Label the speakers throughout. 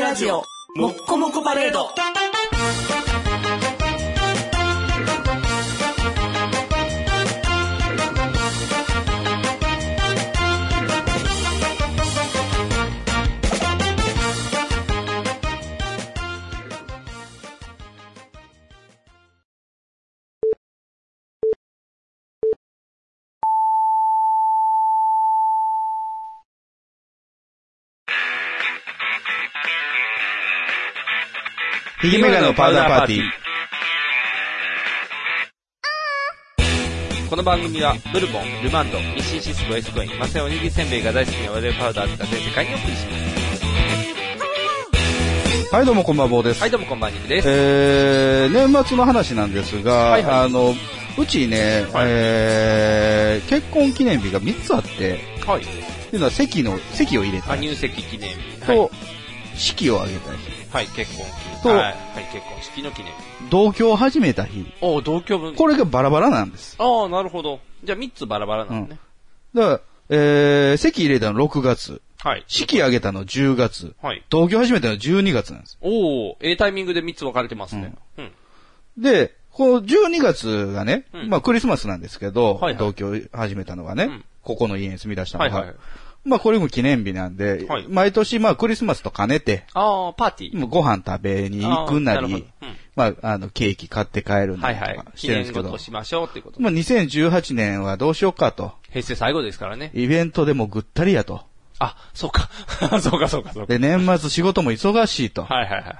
Speaker 1: ラジオもっこもこパレード
Speaker 2: ヒゲメガネのパウダーパーティー。
Speaker 3: この番組は、ブルボン、ルマンド、日清シスコ、エスコイン、マセオおにぎりせんべいが大好きな我々パウダーズが全世界にお送りします。
Speaker 2: はい、どうもこんばんは、坊です。
Speaker 3: はい、どうもこんばんは、にです。
Speaker 2: えー、年末の話なんですが、
Speaker 3: はいは
Speaker 2: あの、うちね、
Speaker 3: はい
Speaker 2: えー、結婚記念日が3つあって、
Speaker 3: はい。
Speaker 2: っていうのは席の、席を入れた
Speaker 3: あ、
Speaker 2: り
Speaker 3: 入籍記念日。
Speaker 2: と、式を挙げたり、
Speaker 3: はい、はい、結婚記念
Speaker 2: と
Speaker 3: 日。はい、はい結婚式の記念日。
Speaker 2: 同居を始めた日、
Speaker 3: お同居分。
Speaker 2: これがバラバラなんです。
Speaker 3: ああ、なるほど。じゃあ3つバラバラなのね。
Speaker 2: だから、えー、席入れたの6月、
Speaker 3: はい。
Speaker 2: 式挙げたの10月、
Speaker 3: はい。
Speaker 2: 同居始めたの12月なんです。
Speaker 3: おおええタイミングで3つ分かれてますね。うん。
Speaker 2: で、この12月がね、
Speaker 3: うん
Speaker 2: まあクリスマスなんですけど、
Speaker 3: はいはい
Speaker 2: 同居始めたのがね、
Speaker 3: うん
Speaker 2: ここの家に住み出したの
Speaker 3: はい
Speaker 2: が、
Speaker 3: はい。
Speaker 2: まあこれも記念日なんで、
Speaker 3: はい
Speaker 2: 毎年まあクリスマスと兼ねて、
Speaker 3: ああ、パーティー。
Speaker 2: もうご飯食べに行くな
Speaker 3: あーる
Speaker 2: り、
Speaker 3: ほどうん
Speaker 2: まああのケーキ買って帰るな
Speaker 3: はい
Speaker 2: りと
Speaker 3: はい
Speaker 2: か。し
Speaker 3: 記
Speaker 2: てるんです
Speaker 3: 念
Speaker 2: けど、
Speaker 3: 事しましょうっていうこと。
Speaker 2: まあ2018年はどうしようかと、
Speaker 3: 平成最後ですからね。
Speaker 2: イベントでもぐったりやと、
Speaker 3: あ、そうか。 そうかそうかそうか。
Speaker 2: で年末仕事も忙しいと、
Speaker 3: はいはいはいはい。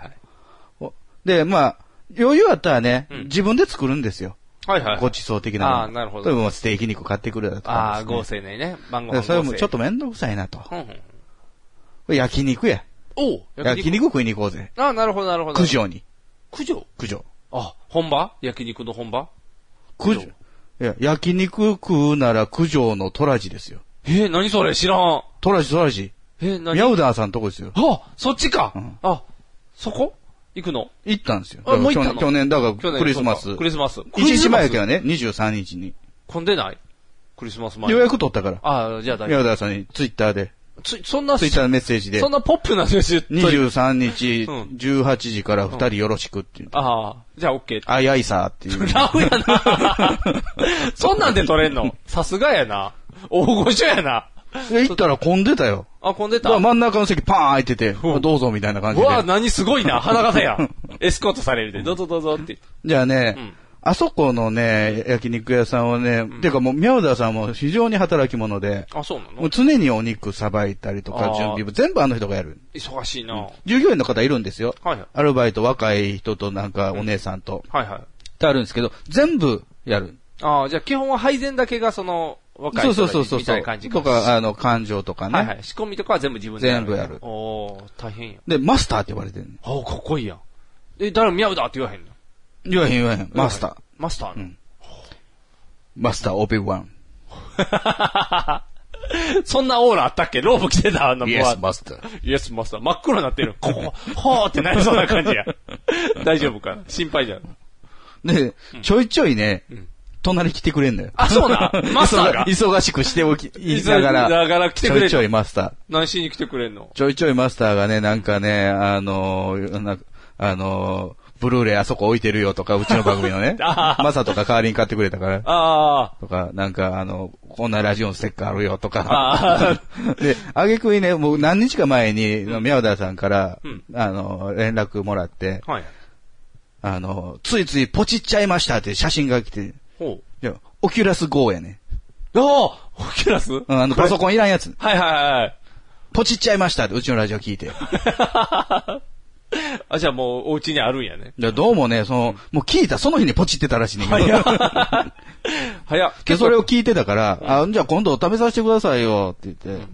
Speaker 2: でまあ余裕あったらね、
Speaker 3: うん
Speaker 2: 自分で作るんですよ。
Speaker 3: はいはい。
Speaker 2: ごちそう的なもの。
Speaker 3: あーなるほど
Speaker 2: 例えばまあステーキ肉買ってくるだとかで
Speaker 3: あ
Speaker 2: す
Speaker 3: あ、
Speaker 2: ね、
Speaker 3: 合成ねね。晩ご
Speaker 2: で
Speaker 3: 飯
Speaker 2: それ
Speaker 3: 合
Speaker 2: も
Speaker 3: 成。
Speaker 2: ちょっとめんどくさいなと。
Speaker 3: うんうん。
Speaker 2: 焼肉や。
Speaker 3: おう
Speaker 2: 焼肉食いに行こうぜ。
Speaker 3: ああ、なるほどなるほど。
Speaker 2: 九。条に。
Speaker 3: 九条
Speaker 2: 九条。
Speaker 3: あ、本場焼肉の本場
Speaker 2: 九条。いや、焼肉食うなら九条のトラジですよ。
Speaker 3: えー、何それ知らん。
Speaker 2: トラジトラジ。
Speaker 3: えー、何
Speaker 2: ミャウダーさんとこですよ。
Speaker 3: あ、そっちか
Speaker 2: うん。
Speaker 3: あ、そこ行くの
Speaker 2: 行ったんですよ。
Speaker 3: あもう行った
Speaker 2: だ
Speaker 3: の
Speaker 2: から去年、去年だか
Speaker 3: 去
Speaker 2: ら
Speaker 3: 年
Speaker 2: クリスマ
Speaker 3: そ
Speaker 2: ス。
Speaker 3: うかクリスマス。ク
Speaker 2: 一
Speaker 3: リ
Speaker 2: 日
Speaker 3: スマ
Speaker 2: 前
Speaker 3: ス
Speaker 2: やけどね、23日に。
Speaker 3: 混んでないクリスマス前。
Speaker 2: 予約取ったから。
Speaker 3: ああ、じゃあ大
Speaker 2: ミ
Speaker 3: 丈
Speaker 2: ャウダーさんにツイッターで、
Speaker 3: 夫。つそんな、
Speaker 2: ツイッターのメッセージで
Speaker 3: そん、なポップな話言っといて
Speaker 2: 23日、
Speaker 3: うん
Speaker 2: 18時から2人よろしくって言って、
Speaker 3: ああ、じゃあ OK。
Speaker 2: あいあいさーって いう。
Speaker 3: ラフや な。そんなんで撮れんのさすがやな。大御所やな。
Speaker 2: で行ったら混んでたよ。
Speaker 3: あ、混んでた
Speaker 2: だから真ん中の席パーン空いてて、
Speaker 3: うん
Speaker 2: どうぞみたいな感
Speaker 3: う
Speaker 2: じで。
Speaker 3: わ、何すごいな、花形や。エスコートされるで、どうぞどうぞって。
Speaker 2: じゃあね、
Speaker 3: うん
Speaker 2: あそこのね、焼肉屋さんはね、てかもう、ミャウダーさんも非常に働き者で、
Speaker 3: あ、そうな
Speaker 2: もう
Speaker 3: の
Speaker 2: 常にお肉さばいたりと
Speaker 3: あ
Speaker 2: か
Speaker 3: ー
Speaker 2: 準備も全部あの人がやる。
Speaker 3: 忙しいな。はい
Speaker 2: 従業員の方いるんですよ。
Speaker 3: はい。
Speaker 2: アルバイト若い人となんかお姉さんと、っ
Speaker 3: はいはい。
Speaker 2: てあるんですけど、全部やる。
Speaker 3: ああ、じゃあ基本は配膳だけがその、若
Speaker 2: そ
Speaker 3: いう
Speaker 2: そ
Speaker 3: 人
Speaker 2: う
Speaker 3: た
Speaker 2: そう
Speaker 3: ち
Speaker 2: そう。
Speaker 3: みたいな感じ
Speaker 2: とか、あの、感情とかね。
Speaker 3: はいはい。仕込みとかは全部自分で
Speaker 2: 全部やる
Speaker 3: おー、大変や。
Speaker 2: で、マスターって言われてる。
Speaker 3: あー、かっこいいやん。え、誰もミャウだって言わへんの
Speaker 2: 言わへん言わへん。マスター。。
Speaker 3: マスター
Speaker 2: う
Speaker 3: の
Speaker 2: んマスターオペワン。
Speaker 3: そんなオーラあったっけローブ着てたあんな
Speaker 2: イ
Speaker 3: 子
Speaker 2: エ
Speaker 3: は
Speaker 2: スマスター。
Speaker 3: イエスマスター。真っ黒になってる。ここ、ほーってなりそうな感じ や。大丈夫か心配じゃん。
Speaker 2: で、ちょいちょいね、
Speaker 3: ん
Speaker 2: 隣来てくれんのよ。
Speaker 3: あ、そう なんマスターが。
Speaker 2: 忙忙しくして おき、言いながら、
Speaker 3: 言いながら来て
Speaker 2: ち
Speaker 3: くれ
Speaker 2: ょ
Speaker 3: る
Speaker 2: いちょいマスター。
Speaker 3: 何しに来てくれんの、
Speaker 2: ちょいちょいマスターがね、なんかね、あのー、なんかあのー、ブルーレイあそこ置いてるよとか、うちの番組のね
Speaker 3: あー
Speaker 2: マサとか代わりに買ってくれたから、
Speaker 3: あ
Speaker 2: とか、なんか、あの、こんなラジオのステッカーあるよと
Speaker 3: あ
Speaker 2: か。 で、あげくにね、もう何日か前に、宮田さんから、
Speaker 3: うん
Speaker 2: あの、連絡もらって、
Speaker 3: あ。はい。
Speaker 2: あの、ついついポチっちゃいましたって写真が来て、
Speaker 3: ほ
Speaker 2: いやオキュラス GO やね。
Speaker 3: う。ああオキュラスは
Speaker 2: うんあの、パソコンいらんやつ。
Speaker 3: いはいはい。
Speaker 2: ポチっちゃいましたって、うちのラジオ聞いて。
Speaker 3: あ、じゃあもう、お家にあるんや ね。
Speaker 2: でどうもね、その、もう聞いた、その日にポチってたらしいねんけど。
Speaker 3: 早 っ。早っ。
Speaker 2: で、
Speaker 3: 結
Speaker 2: そ
Speaker 3: 構
Speaker 2: れを聞いてたから、あ、じゃあ今度お試させてくださいよって言って。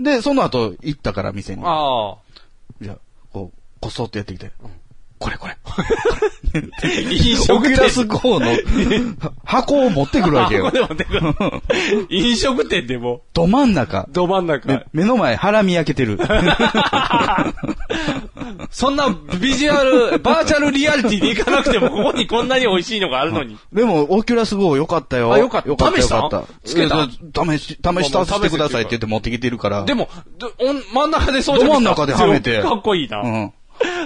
Speaker 3: うん。
Speaker 2: で、その後行ったから店に。
Speaker 3: あ
Speaker 2: じゃあ、こう、こそっとやってきて。これこれ。
Speaker 3: あ。 飲
Speaker 2: オキ
Speaker 3: 店
Speaker 2: ュラス GO の箱を持ってくるわけ
Speaker 3: あ
Speaker 2: よ
Speaker 3: こ。こでもね飲食店でも、
Speaker 2: ど真ん中。
Speaker 3: ど真ん
Speaker 2: で
Speaker 3: 中。
Speaker 2: 目の前、ハラミ焼けて る。
Speaker 3: そんなビジュア ル、バーチャルリアリティで行かなくても、ここにこんなに美味しいのがあるの に。
Speaker 2: でも、オキュラス GO 良かったよ。
Speaker 3: あ良かった
Speaker 2: 良かった。
Speaker 3: 試した
Speaker 2: 良かっ
Speaker 3: つけた
Speaker 2: えー試し、試したしてくださいって言って持ってきてるから。
Speaker 3: でも、どおん真ん中で装着した
Speaker 2: ど真ん中ではめて
Speaker 3: かっこいいな。
Speaker 2: うん。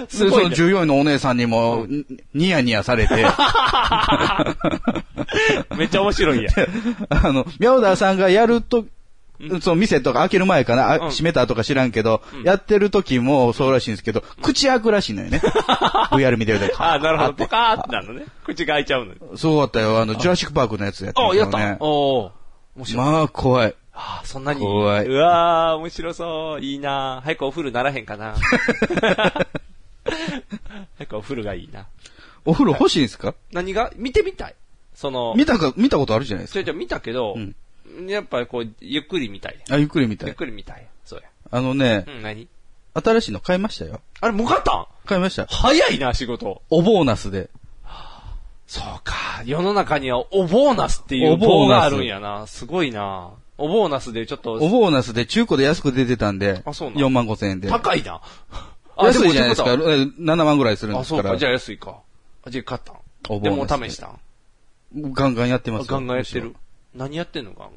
Speaker 3: す
Speaker 2: そ
Speaker 3: ごい、
Speaker 2: の
Speaker 3: ね。
Speaker 2: 従業員のお姉さんにも、にニヤニヤされて、
Speaker 3: めっちゃ面白いんや。
Speaker 2: あの、ミャオダーさんがやると、
Speaker 3: うん
Speaker 2: その店とか開ける前かな、あ
Speaker 3: うん
Speaker 2: 閉めたとか知らんけど、
Speaker 3: うん
Speaker 2: やってる時もそうらしいんですけど、口開くらしいのよ ね。VR 見てる時。
Speaker 3: ああ、なるほど。ポカーってなるのね。口が開いちゃうの。
Speaker 2: すごかったよ。あの、ジュラシックパークのやつやって
Speaker 3: あ
Speaker 2: た
Speaker 3: や
Speaker 2: よ
Speaker 3: っ
Speaker 2: ね。
Speaker 3: た。おお。面白い。
Speaker 2: まあ、怖い。
Speaker 3: あーそんなに。
Speaker 2: 怖いう
Speaker 3: わー、面白そう。いいなー早くお風呂ならへんかな。早くお風呂がいいな。
Speaker 2: お風呂欲しいんですか、
Speaker 3: 何が見てみたい。その、
Speaker 2: 見たか、見たことあるじゃないです
Speaker 3: それじゃ見たけど、やっぱりこう、ゆっくり見たい。
Speaker 2: か。あ、ゆっくり見た
Speaker 3: ゆっ
Speaker 2: い。
Speaker 3: くり見たい。そうや。
Speaker 2: あのね
Speaker 3: う、ん、何
Speaker 2: 新しいの買いましたよ。
Speaker 3: あれ、もかったん
Speaker 2: 買いました。
Speaker 3: 早いな、仕事。
Speaker 2: おボーナスで。
Speaker 3: そうか。世の中には、おボーナスっていう
Speaker 2: おボ
Speaker 3: 棒
Speaker 2: ーナ
Speaker 3: が
Speaker 2: ス
Speaker 3: あるんやな。すごいな。おボーナスでちょっ
Speaker 2: お
Speaker 3: と、
Speaker 2: ボーナスで中古で安く出てたんで、
Speaker 3: あそうなん
Speaker 2: 4万5千円で。
Speaker 3: 高いな。
Speaker 2: 安いじゃないですか。
Speaker 3: あ
Speaker 2: え
Speaker 3: もってこ
Speaker 2: 7万ぐらいするん
Speaker 3: とは
Speaker 2: です
Speaker 3: あ、
Speaker 2: か
Speaker 3: そう
Speaker 2: ら。
Speaker 3: か。じゃあ安いか。あ、じゃあ買ったん
Speaker 2: おボ
Speaker 3: で
Speaker 2: ー
Speaker 3: も
Speaker 2: ナスで
Speaker 3: 試したん
Speaker 2: ガンガンやってますよ
Speaker 3: ガンガンやってる。。何やってんのガン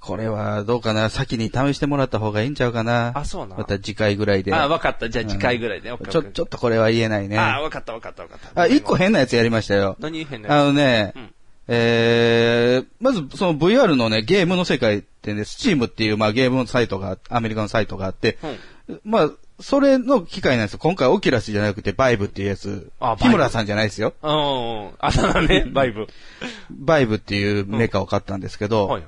Speaker 2: これはどうかな。先に試してもらった方がいいんちゃうかな。
Speaker 3: あそうな
Speaker 2: また次回ぐらいで。
Speaker 3: ガン。あ、わかった。じゃあ次回ぐらいで。
Speaker 2: ちょ、ちょっとこれは言えないね。
Speaker 3: あ、
Speaker 2: あ、
Speaker 3: わかったわかったわかった。
Speaker 2: 1個変なやつやりましたよ。
Speaker 3: 何変な
Speaker 2: あ
Speaker 3: や
Speaker 2: のね、
Speaker 3: うん
Speaker 2: えー、まずその VR のね、ゲームの世界ってね、Steam っていう、まあ、ゲームのサイトが、アメリカのサイトがあって
Speaker 3: つ、うん。
Speaker 2: まあ、それの機械なんですよ。今回オキュラスじゃなくて、バイブっていうやつ
Speaker 3: あ。
Speaker 2: 日村さんじゃないですよ。
Speaker 3: うんうん。あだ名ね、バイブ。
Speaker 2: バイブっていうメーカーを買ったんですけど、
Speaker 3: はい。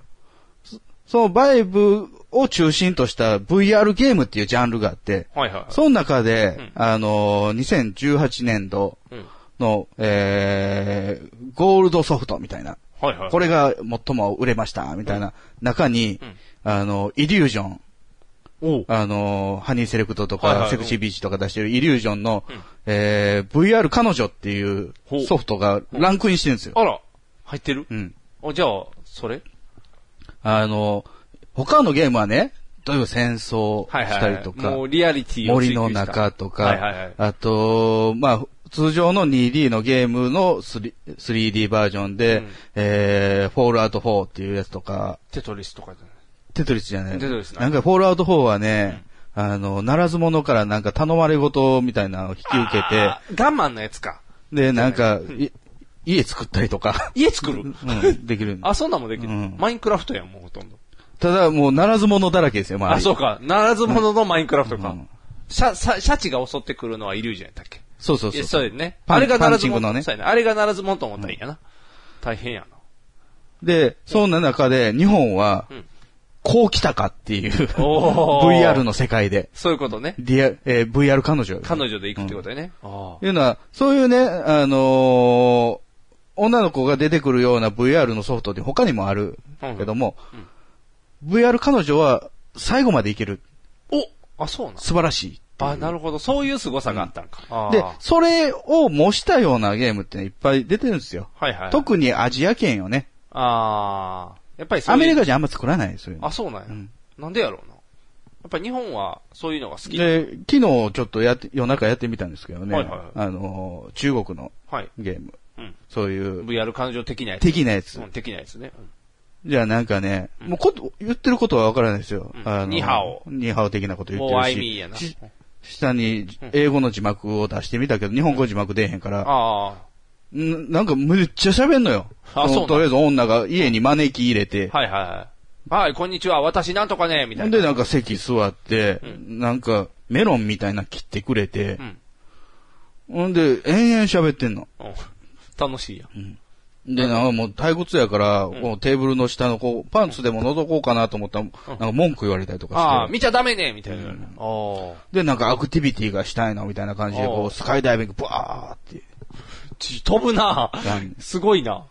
Speaker 2: そのバイブを中心とした VR ゲームっていうジャンルがあって、
Speaker 3: はいはい。
Speaker 2: その中で、
Speaker 3: うん
Speaker 2: あのー、2018年度
Speaker 3: うん。
Speaker 2: の、えー、ゴールドソフトみたいな、
Speaker 3: はいはい。
Speaker 2: こ
Speaker 3: れ、
Speaker 2: れが最も売れました、みたいな中に、
Speaker 3: うん
Speaker 2: あの、イリュージョン、
Speaker 3: おう
Speaker 2: あの、ハニーセレクトと
Speaker 3: はいは
Speaker 2: か、
Speaker 3: い
Speaker 2: セクシービーチとか出してるイリュージョンの
Speaker 3: うん、
Speaker 2: えー VR 彼女っていう
Speaker 3: ほう
Speaker 2: ソフトがランクインしてるんですよ。
Speaker 3: あら、入ってる
Speaker 2: うん。
Speaker 3: あ、じゃあ、それ
Speaker 2: あの、他のゲームはね、例えば戦争
Speaker 3: はいはい。
Speaker 2: したりとか
Speaker 3: も、うリアリティを
Speaker 2: 森
Speaker 3: 追求した
Speaker 2: の中と
Speaker 3: はいはいは
Speaker 2: か
Speaker 3: い、。
Speaker 2: あと、まあ、通常の 2D のゲームの 3- 3D バージョン
Speaker 3: う
Speaker 2: で
Speaker 3: ん、
Speaker 2: えーフォールアウト4っていうやつとか、
Speaker 3: テトリスとかじゃない。
Speaker 2: テトリスじゃない。
Speaker 3: テトリスな
Speaker 2: なんか、フォールアウト4はね、あの、ならず者からなんか頼まれ事みたいなのを引き受けて
Speaker 3: あ、ー我慢のやつか。
Speaker 2: で、なんか、い家作ったりとか、
Speaker 3: 家作る
Speaker 2: うん、 できる。
Speaker 3: あ、そんなんもできる。
Speaker 2: うん
Speaker 3: マインクラフトやん、もうほとんど。
Speaker 2: ただ、もう、ならず者だらけですよ、ま
Speaker 3: あ、そうか。ならず者のマインクラフト
Speaker 2: う
Speaker 3: か
Speaker 2: ん。
Speaker 3: シャ、シャ、シャチが襲ってくるのはイリュージョンやったっけ
Speaker 2: そうそう
Speaker 3: え
Speaker 2: そう。
Speaker 3: そうやね。
Speaker 2: パン
Speaker 3: あれがな
Speaker 2: パ
Speaker 3: らず
Speaker 2: ンチング
Speaker 3: 者
Speaker 2: のね
Speaker 3: そうやあれがならず者と思ったらいいやな。大変やな。
Speaker 2: で、そんな中で、日本は
Speaker 3: うん、
Speaker 2: こう来たかっていう、
Speaker 3: お ー
Speaker 2: VR の世界で、
Speaker 3: そういうことね。
Speaker 2: リアえー VR 彼女。
Speaker 3: 彼女で行くってことやね。あ
Speaker 2: いうのは、そういうね、あのー女の子が出てくるような VR のソフトって他にもある
Speaker 3: うん
Speaker 2: けども、VR 彼女は最後までいける。
Speaker 3: あおあ、そうなん
Speaker 2: 素晴らしい。
Speaker 3: あ、なるほど。そういう凄さがあったんか。あー
Speaker 2: で、それを模したようなゲームってねいっぱい出てるんですよ。
Speaker 3: はいはい。
Speaker 2: 特にアジア圏よね。
Speaker 3: ああ、やっぱりそう
Speaker 2: ア
Speaker 3: いう
Speaker 2: メリカ人あんま作らないですよ。
Speaker 3: あ、そうなんや。
Speaker 2: うん
Speaker 3: なんでやろうな。やっぱり日本はそういうのが好き。
Speaker 2: で、昨日ちょっとやって、夜中やってみたんですけどね。
Speaker 3: はいはいはい
Speaker 2: あのー中国の
Speaker 3: はい。
Speaker 2: ゲーム。
Speaker 3: うん
Speaker 2: そういう、
Speaker 3: VR 感情的なやつ。
Speaker 2: 的なやつ
Speaker 3: う。ん、的なやつね。うん
Speaker 2: じゃあなんかね、もうこと、言ってることはわからないですよ。
Speaker 3: うん
Speaker 2: あの
Speaker 3: ニハオ
Speaker 2: ニハオ的なこと言
Speaker 3: もう
Speaker 2: っ
Speaker 3: ア
Speaker 2: て
Speaker 3: イミ
Speaker 2: る
Speaker 3: ー
Speaker 2: し
Speaker 3: やな。。
Speaker 2: し下に英語の字幕を出してみたけど、日本語字幕出えへんから、
Speaker 3: あ
Speaker 2: んなんかめっちゃ喋んのよ。
Speaker 3: あそうなん
Speaker 2: とりあえず女が家に招き入れて
Speaker 3: あ、、はいはいはい。はい、こんにちは、私なんとかね、みた
Speaker 2: ほん
Speaker 3: い
Speaker 2: で
Speaker 3: な。
Speaker 2: なんか席座って、なんかメロンみたいなの切ってくれて
Speaker 3: う、ん。
Speaker 2: ほんで延々喋ってんの。
Speaker 3: うん楽しいやん。
Speaker 2: で、なんかもう退屈やから、こうテーブルの下のこう、パンツでも覗こうかなと思ったら、なんか文句言われたりとかして。
Speaker 3: ああ、見ちゃダメね、みたいな。ああ。
Speaker 2: で、なんかアクティビティがしたいな、みたいな感じで、
Speaker 3: お
Speaker 2: こ
Speaker 3: う
Speaker 2: う、スカイダイビング、バーって。
Speaker 3: ち飛ぶな
Speaker 2: うん
Speaker 3: すごいな。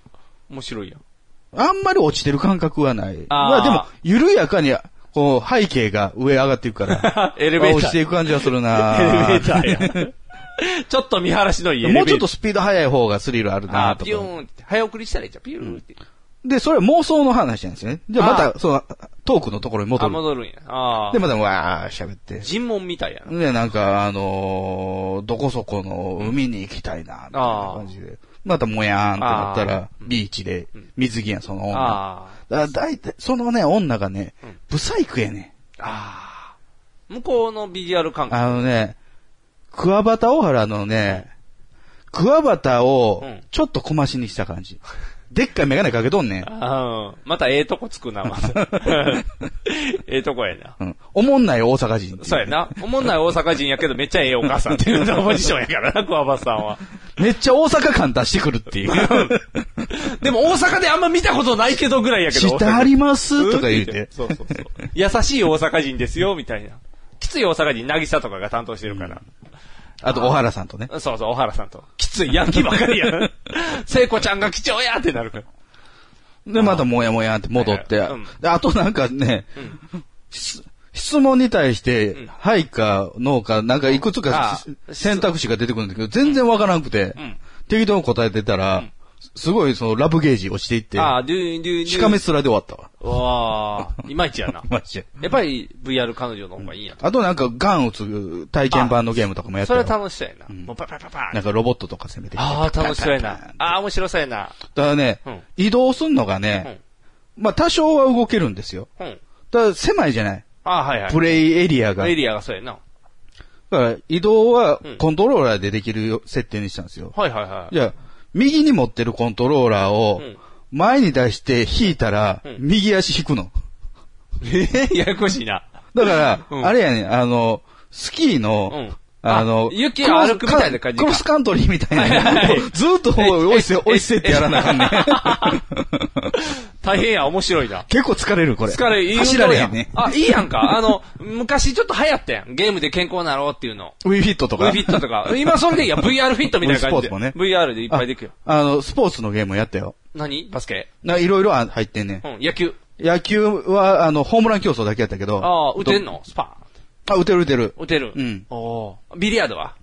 Speaker 3: 面白いやん。
Speaker 2: あんまり落ちてる感覚はない。
Speaker 3: あー
Speaker 2: まあでも、緩やかに、こう、背景が上上がっていく から。
Speaker 3: エレベーター
Speaker 2: あ落ちていく感じはするな
Speaker 3: エレベーターや。ちょっと見晴らしのいいエレベ
Speaker 2: も
Speaker 3: ー
Speaker 2: う
Speaker 3: タ
Speaker 2: ち
Speaker 3: ー
Speaker 2: ょっとスピード速い方がスリルある
Speaker 3: あ
Speaker 2: な
Speaker 3: あ、
Speaker 2: と
Speaker 3: ピュ
Speaker 2: か。
Speaker 3: ーンって。早送りしたらいいじゃん、ピューンって。
Speaker 2: で、それは妄想の話なんですよね。じゃあ
Speaker 3: あ
Speaker 2: また、その、トークのところに戻
Speaker 3: あ、
Speaker 2: る。
Speaker 3: 戻るんや。ああ。
Speaker 2: で、また、わー喋って。
Speaker 3: 尋問みたいやな。
Speaker 2: で、なんか、あのーどこそこの海に行きたいな、みたいな感じで。また、もやーんってなったら、ビーチで、水着やん、その女。
Speaker 3: ああ。
Speaker 2: だだいたい、そのね、女がね
Speaker 3: うん、
Speaker 2: ブサイクやね。
Speaker 3: ああ。向こうのビジュアル感覚。
Speaker 2: あのね、クワバタ大原のね、クワバタを
Speaker 3: うん、
Speaker 2: ちょっと小増しにした感じ。でっかいメガネかけとんねん。
Speaker 3: ああ、またええとこつくな、また。 ええとこやな。
Speaker 2: うん。おもんない大阪人っていう
Speaker 3: そうやな。おもんない大阪人やけどめっちゃええお母さんっていうポジションやから な、桑畑さんは。
Speaker 2: めっちゃ大阪感出してくるって いう。
Speaker 3: でも大阪であんま見たことないけどぐらいやけど。
Speaker 2: 下ありますとか言う。
Speaker 3: うんって そうそうそう。優しい大阪人ですよ、みたいな。きつい大阪人、渚とかが担当してるから。
Speaker 2: あと、小原さんとね。
Speaker 3: そうそう、小原さんと。きついヤンキーばかり や。聖子ちゃんが貴重やってなるから。
Speaker 2: で、またもやもやって戻って。
Speaker 3: はいはいうん
Speaker 2: で、あとなんかね、し質問に対して、
Speaker 3: ん
Speaker 2: はいか、ノーか、なんかいくつかし
Speaker 3: うん
Speaker 2: 選択肢が出てくるんだけど、全然わからなくて、
Speaker 3: ん
Speaker 2: 適当に答えてたら、すごいそのラブゲージ落ちていって、
Speaker 3: ああ、ドゥーン、ドゥーン、
Speaker 2: しかめっ面で終わったわ。
Speaker 3: わあ、いまいちやな。
Speaker 2: マジで。
Speaker 3: やっぱり VR 彼女の方がいいんやと。
Speaker 2: あとなんか、ガン打つ体験版のゲームとかもやって
Speaker 3: それは
Speaker 2: た
Speaker 3: 楽しそうやな。もうパパパパ
Speaker 2: なんかロボットとか攻めてきて。
Speaker 3: ああ、楽しそうやな
Speaker 2: だ。
Speaker 3: ああ、面白そうやな。
Speaker 2: からね、
Speaker 3: うん
Speaker 2: 移動すんのがね、まあ多少は動けるんですよ。
Speaker 3: うん。
Speaker 2: ただ狭いじゃない。
Speaker 3: ああ、はいはい。
Speaker 2: プレイエリアが。
Speaker 3: エリアがそうやな。
Speaker 2: だから移動は
Speaker 3: うん
Speaker 2: コントローラーでできるよ設定にしたんですよ。
Speaker 3: はいはいはい。
Speaker 2: じゃあ、右に持ってるコントローラーを
Speaker 3: うん
Speaker 2: 前に出して引いたら
Speaker 3: うん、
Speaker 2: 右足引くの。
Speaker 3: えややこしいな。
Speaker 2: だか
Speaker 3: うん
Speaker 2: ら、あれやね、あの、スキー
Speaker 3: うん
Speaker 2: の、あの、
Speaker 3: 雪
Speaker 2: クロス
Speaker 3: 歩くみたいな感じか
Speaker 2: クロスカントリーみたい
Speaker 3: はいは
Speaker 2: な。
Speaker 3: い
Speaker 2: もうずーっと、おいせ、おいせってやらなあかんね。
Speaker 3: 大変や、面白いな。
Speaker 2: 結構疲れる、これ。
Speaker 3: 疲れ、いい
Speaker 2: 走られへ
Speaker 3: や
Speaker 2: んね。
Speaker 3: あ、いいやんか。あの、昔ちょっと流行ったやん。ゲームで健康になろうっていうの。
Speaker 2: ウィフィットとか。
Speaker 3: V フィットとか。今そ れでいいや、VR フィットみたい
Speaker 2: Wii
Speaker 3: な感じ
Speaker 2: スポー
Speaker 3: で。
Speaker 2: ツもね
Speaker 3: VR でいっぱいできるよ。
Speaker 2: ああの、スポーツのゲームやったよ。
Speaker 3: 何バスケ
Speaker 2: ないろいろあ入ってんね。
Speaker 3: うん、野球。
Speaker 2: 野球は、あの、ホームラン競争だけやったけど。
Speaker 3: ああ、打てんのスパ
Speaker 2: あ、打てる打てる。
Speaker 3: ーン。打てる。
Speaker 2: うん
Speaker 3: おービリヤードは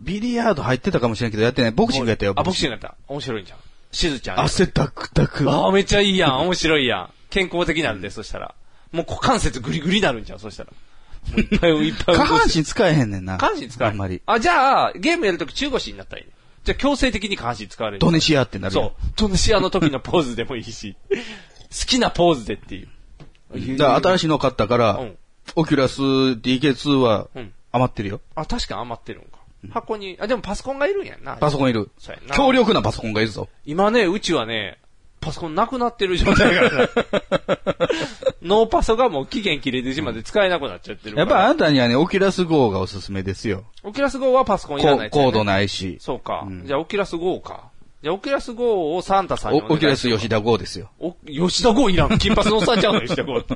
Speaker 2: ビリヤード入ってたかもしれんけど、やってない。ボクシングやったよ。
Speaker 3: あ、ボクシン
Speaker 2: グ。
Speaker 3: グやった。面白いんじゃん。しずちゃん。
Speaker 2: 汗ダクダク。
Speaker 3: ああ、めっちゃいいやん。面白いやん。健康的なんで、そしたら。もう股関節グリグリになるんじゃん、そしたら。もうい っぱいいっぱい
Speaker 2: 下半
Speaker 3: 動いて。
Speaker 2: 身使えへんねんな。
Speaker 3: 下半身使う
Speaker 2: あんまり。
Speaker 3: あ、じゃあ、ゲームやるとき中腰になったらいいね。じゃあ強制的に下半身使われる。
Speaker 2: ドネシアってなるやん
Speaker 3: そう。ドネシアの時のポーズでもいいし。好きなポーズでっていう。
Speaker 2: だから新しいの買ったから、
Speaker 3: うん
Speaker 2: オキュラス DK2 は
Speaker 3: うん
Speaker 2: 余ってるよ。
Speaker 3: あ、確かに余ってるんか。箱に、あ、でもパソコンがいるんやんな。
Speaker 2: パソコンいる
Speaker 3: そうや。な
Speaker 2: 強力なパソコンがいるぞ。
Speaker 3: 今ね、うちはね、パソコンなくなってる状 態だからなノーパソがもう期限切れてしまって使えなくなっちゃってるか
Speaker 2: や
Speaker 3: ら。
Speaker 2: っぱあなたにはね、オキュラス GO がおすすめですよ。
Speaker 3: オキュラス GO はパソコンい
Speaker 2: コ
Speaker 3: らないやつやね
Speaker 2: コードないし。
Speaker 3: そうか。
Speaker 2: うん
Speaker 3: じゃあ、オキュラス GO か。じゃあ、オキュラス GO をサンタさん
Speaker 2: お
Speaker 3: にお願い
Speaker 2: オキュラ
Speaker 3: し
Speaker 2: ス
Speaker 3: よう
Speaker 2: 吉田 GO ですよ。
Speaker 3: お、吉田剛いらん。金髪のおっさんちゃうの、吉田剛って。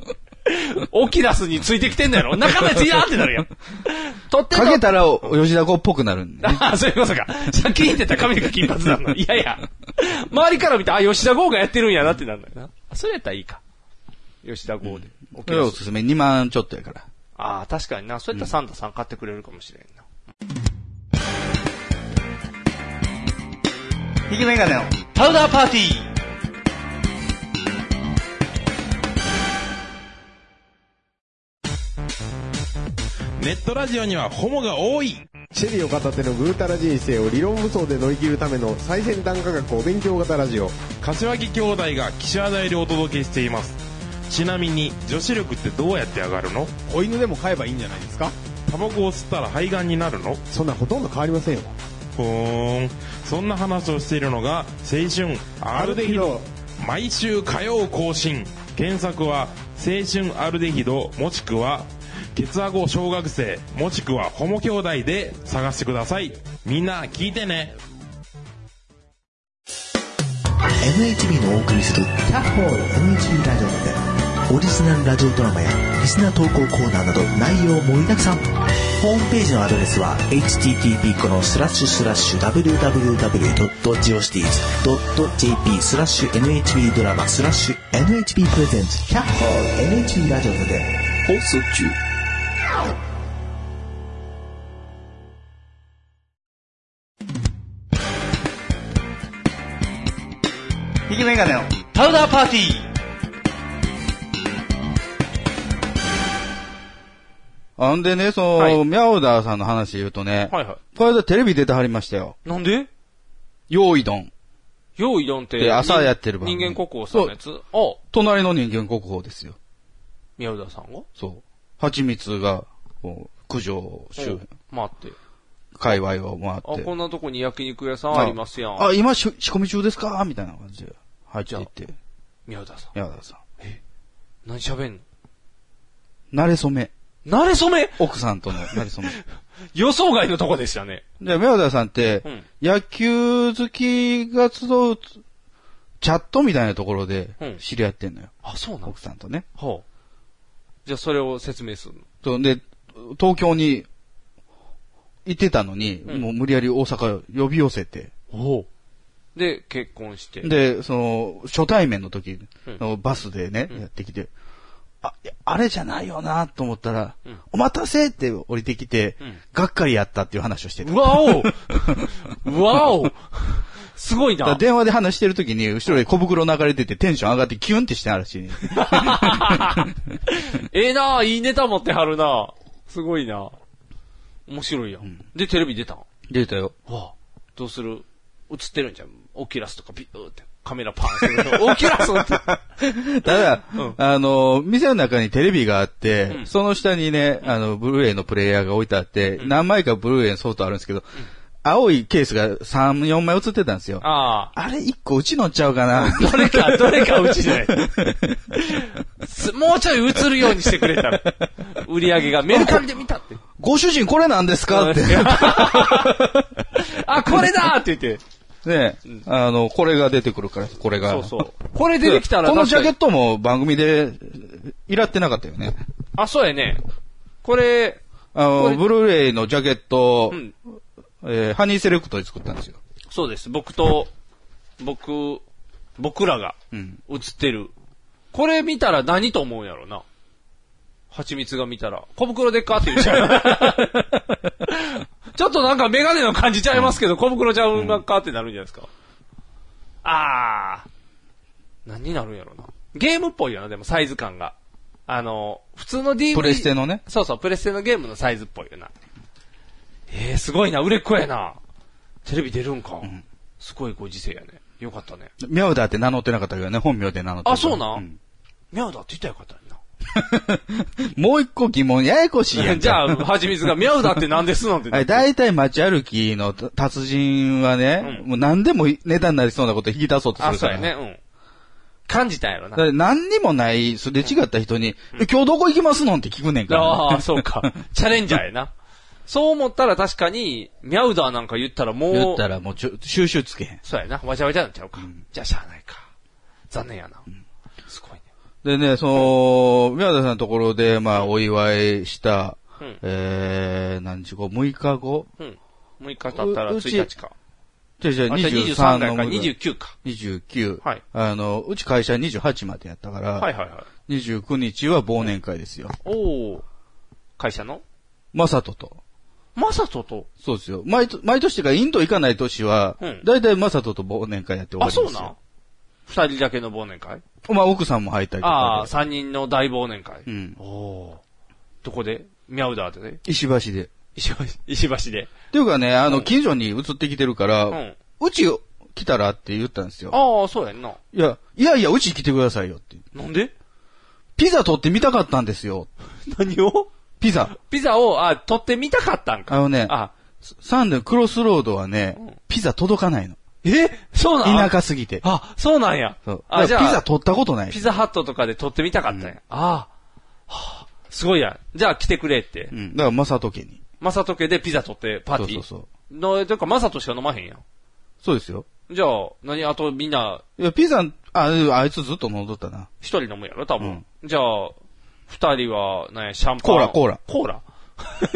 Speaker 3: オキュラスについてきてんだやろ。中のやついらんってな るやん。取ってん
Speaker 2: か
Speaker 3: の
Speaker 2: けたらお吉田 GO っぽくなるんでね。
Speaker 3: ああ、そういうことか。借金ってた髪が金髪なの。いやいや。周りから見て、あ、吉田剛がやってるんやなってなるんだよな。あ、それやったらいいか。吉田剛で。オ
Speaker 2: そ
Speaker 3: キ
Speaker 2: れ
Speaker 3: ュ
Speaker 2: は
Speaker 3: ラ
Speaker 2: お
Speaker 3: ス。
Speaker 2: すすめ。2万ちょっとやから。
Speaker 3: ああ、確かにな。そういったらサンタさん買ってくれるかもしれんな。
Speaker 2: 引きメガネを。
Speaker 3: パウダーパーティー
Speaker 4: ネットラジオにはホモが多い
Speaker 5: シェリーを片手のぐうたら人生を理論武装で乗り切るための最先端科学お勉強型ラジオ。
Speaker 4: 柏木兄弟が岸和田よりお届けしていますちなみに女子力ってどうやって上がるの
Speaker 5: 子犬でも飼えばいいんじゃないですか
Speaker 4: タバコを吸ったら肺がんになるの
Speaker 5: そんなほとんど変わりませんよ。
Speaker 4: ふーんそんな話をしているのが青春アルデヒド毎週火曜更新検索は青春アルデヒドもしくはケツアゴ小学生もしくはホモ兄弟で探してくださいみんな聞いてね
Speaker 6: NHB のお送りする「キャッホール NHB ラジオ」でオリジナルラジオドラマやリスナー投稿コーナーなど内容盛りだくさんホームページのアドレスは http このスラッシュスラッシュ www.geocities.jp スラッシュ NHB ドラマスラッシュ NHB プレゼンツキャッホール NHB ラジオで放送中
Speaker 2: 引きメガネを。
Speaker 3: パウダーパーティー
Speaker 2: あんでね、その、
Speaker 3: はい
Speaker 2: ミャオダーさんの話で言うとね、
Speaker 3: はいは
Speaker 2: これでテレビ出てはりましたよ。
Speaker 3: い。なんで
Speaker 2: 用意ドン。
Speaker 3: 用意論って。
Speaker 2: で朝やってる番
Speaker 3: 人
Speaker 2: 組
Speaker 3: 間国宝さんのやつを、
Speaker 2: 隣の人間国宝ですよ。
Speaker 3: 宮田さんが
Speaker 2: そう。蜂蜜が、こう、九条周辺。
Speaker 3: 待って。
Speaker 2: 界隈を回
Speaker 3: あ、
Speaker 2: って
Speaker 3: こ。んなとこに焼肉屋さんありますやん。
Speaker 2: あ、今し仕込み中ですかみたいな感じで入っていって、
Speaker 3: 宮田さん。
Speaker 2: 山田さ
Speaker 3: 何喋ん
Speaker 2: ん。慣れ初め。
Speaker 3: の慣れ初め
Speaker 2: 奥さんとの慣れ初め。
Speaker 3: 予想外のとこでしたね。
Speaker 2: で、宮田さんって、
Speaker 3: うん
Speaker 2: 野球好きが集う、チャットみたいなところで
Speaker 3: うん
Speaker 2: 知り合ってんのよ。
Speaker 3: あ、そうなの
Speaker 2: 奥さんとね。
Speaker 3: ほう。じゃあそれを説明するの。
Speaker 2: とで、東京に行ってたのに、
Speaker 3: うん
Speaker 2: もう無理やり大阪呼び寄せて、
Speaker 3: ほう。で、結婚して。
Speaker 2: で、その、初対面の時
Speaker 3: うん
Speaker 2: のバスでね、
Speaker 3: うん
Speaker 2: やってきて、あ、いやあれじゃないよなと思ったら、
Speaker 3: うん
Speaker 2: お待たせって降りてきて、
Speaker 3: うん
Speaker 2: がっかりやったっていう話をしてた。
Speaker 3: わお わおすごい
Speaker 2: だから
Speaker 3: な。
Speaker 2: 電話で話してる時に、後ろで小袋流れててテンション上がってキュンってしてたら しい。
Speaker 3: ええなあいいネタ持ってはるなすごいな面白いやん。で、テレビ出たん
Speaker 2: 出たよ。
Speaker 3: わあどうする映ってるんじゃん。オキュラスとかビューってカメラパーンするの。オ キュラスって。
Speaker 2: ただ、
Speaker 3: うん
Speaker 2: あの、店の中にテレビがあって、
Speaker 3: うん
Speaker 2: その下にね、あの、ブルーレイのプレイヤーが置いてあって、何枚かブルーレイのソフトあるんですけど、青いケースが3、4枚映ってたんですよ。あ
Speaker 3: ああ。
Speaker 2: れ1個うち乗っちゃうか な。
Speaker 3: どれか、どれかうちじゃない。すもうちょい映るようにしてくれたら。売り上げがメルカリで見たって。
Speaker 2: ご主人これなんですかって。
Speaker 3: あ、これだって言って。
Speaker 2: ね、あの、これが出てくるから、これが。
Speaker 3: そうそう。これ出てきたら
Speaker 2: このジャ
Speaker 3: 確
Speaker 2: ケ
Speaker 3: か
Speaker 2: ッ
Speaker 3: に
Speaker 2: トも番組で、いらってなかったよね。
Speaker 3: あ、そうやね。これ、
Speaker 2: あ
Speaker 3: こ
Speaker 2: の、
Speaker 3: れ
Speaker 2: ブルーレイのジャケット、
Speaker 3: うん。
Speaker 2: えーハニーセレクトで作ったんですよ。
Speaker 3: そうです。僕と、僕、僕らが
Speaker 2: うん。
Speaker 3: 映ってる。これ見たら何と思うんやろな。蜂蜜が見たら、小袋でっかって言っ ちゃう。ちょっとなんかメガネの感じちゃいますけど、小袋ちゃうんかってなるんじゃないですか。あー。何になるんやろな。ゲームっぽいよな、でもサイズ感が。あの、普通の DVD。
Speaker 2: プレステのね。
Speaker 3: そうそう、プレステのゲームのサイズっぽいよな。えー、すごいな、売れっ子やな。テレビ出るんか。すごいご時世やね。よかったね。
Speaker 2: ミャウダーって名乗ってなかったけどね、本名で名乗ってる
Speaker 3: あ、そうなん、
Speaker 2: ん
Speaker 3: ミャウダーって言ったらよかったのにな。
Speaker 2: もう一個疑問、ややこしいやんか。
Speaker 3: じゃあ、はちみつが、ミャウダって何ですなんて。
Speaker 2: あれ、大体街歩きの達人はね、
Speaker 3: うん
Speaker 2: もう何でもネタになりそうなこと引き出そうとす
Speaker 3: あ、
Speaker 2: るか
Speaker 3: そう
Speaker 2: ら。
Speaker 3: やね。うん。感じたんやろ
Speaker 2: だか
Speaker 3: な。
Speaker 2: ら何にもない、すれ違った人に、え今日どこ行きますのんって聞くねんから、
Speaker 3: ああ、そうか。チャレンジャーやな。そう思ったら確かに、ミャウダーなんか言ったらもう、
Speaker 2: 言ったらもうちょ、収集つけへん。
Speaker 3: そうやな。わちゃわちゃになっちゃうか。じゃあ、しゃあないか。残念やな。すごいね。
Speaker 2: でね、その、宮田さんのところで、まあ、お祝いした、
Speaker 3: うん
Speaker 2: えー、何日後 ?6 日後
Speaker 3: うん。もう一回経ったら
Speaker 2: ううち
Speaker 3: 1日か。
Speaker 2: じゃあじゃあ
Speaker 3: あ、じゃあ
Speaker 2: 23
Speaker 3: 23
Speaker 2: の
Speaker 3: 回か
Speaker 2: 向こう
Speaker 3: 29か。
Speaker 2: 29。
Speaker 3: はい
Speaker 2: あの、うち会社28までやったから、
Speaker 3: はいはいはい。
Speaker 2: 29日は忘年会ですよ。
Speaker 3: おお。会社の
Speaker 2: まさとと。
Speaker 3: マサトと。
Speaker 2: そうですよ。毎年、毎年っていうか、インド行かない年は
Speaker 3: うん、
Speaker 2: だいたいまさとと忘年会やって終わ
Speaker 3: あ、
Speaker 2: りま
Speaker 3: そ
Speaker 2: す
Speaker 3: う
Speaker 2: よ。
Speaker 3: なん二人だけの忘年会
Speaker 2: まあ、奥さんも入ったりと
Speaker 3: ああ、
Speaker 2: か
Speaker 3: 三人の大忘年
Speaker 2: で。
Speaker 3: 会。
Speaker 2: うん。
Speaker 3: おおー。どこでミャウダーでね。
Speaker 2: 石橋で。っ
Speaker 3: 石橋、石橋で。
Speaker 2: ていうかね、あ
Speaker 3: う
Speaker 2: の、
Speaker 3: ん
Speaker 2: 近所に移ってきてるか
Speaker 3: う
Speaker 2: ら
Speaker 3: ん、
Speaker 2: うち来たらって言ったんですよ。
Speaker 3: ああ、そうやんな。
Speaker 2: いや、いやいや、うち来てくださいよって。
Speaker 3: なんで
Speaker 2: ピザ取ってみたかったんですよ。
Speaker 3: 何を
Speaker 2: ピザ。
Speaker 3: ピザを、あ、取ってみたかったんか。
Speaker 2: あのね
Speaker 3: あ、
Speaker 2: サンデークロスロードはね、ピザ届かないの。
Speaker 3: えそうな
Speaker 2: 田
Speaker 3: ん
Speaker 2: 舎すぎて。
Speaker 3: あ、そうなんや
Speaker 2: そう。
Speaker 3: あ、
Speaker 2: だ
Speaker 3: じ
Speaker 2: か
Speaker 3: ゃ
Speaker 2: ら
Speaker 3: あ、
Speaker 2: ピザ取ったことない。
Speaker 3: ピザハットとかで撮ってみたかったんや。ああ、はあ、すごいやん。じゃあ来てくれって
Speaker 2: う。ん。だから、まさと家に。
Speaker 3: マサト家でピザ撮ってパー
Speaker 2: そう
Speaker 3: ティー。
Speaker 2: そうそう。
Speaker 3: の、というかマサトしか飲まへんやん。
Speaker 2: そうですよ。
Speaker 3: じゃあ、何あとみんな、
Speaker 2: いや、ピザ、あ、あいつずっと飲んどった な。
Speaker 3: 一人飲むやろ多分。じゃあ、二人は、何や、シャンパン。
Speaker 2: コーラコーラ
Speaker 3: コーラ。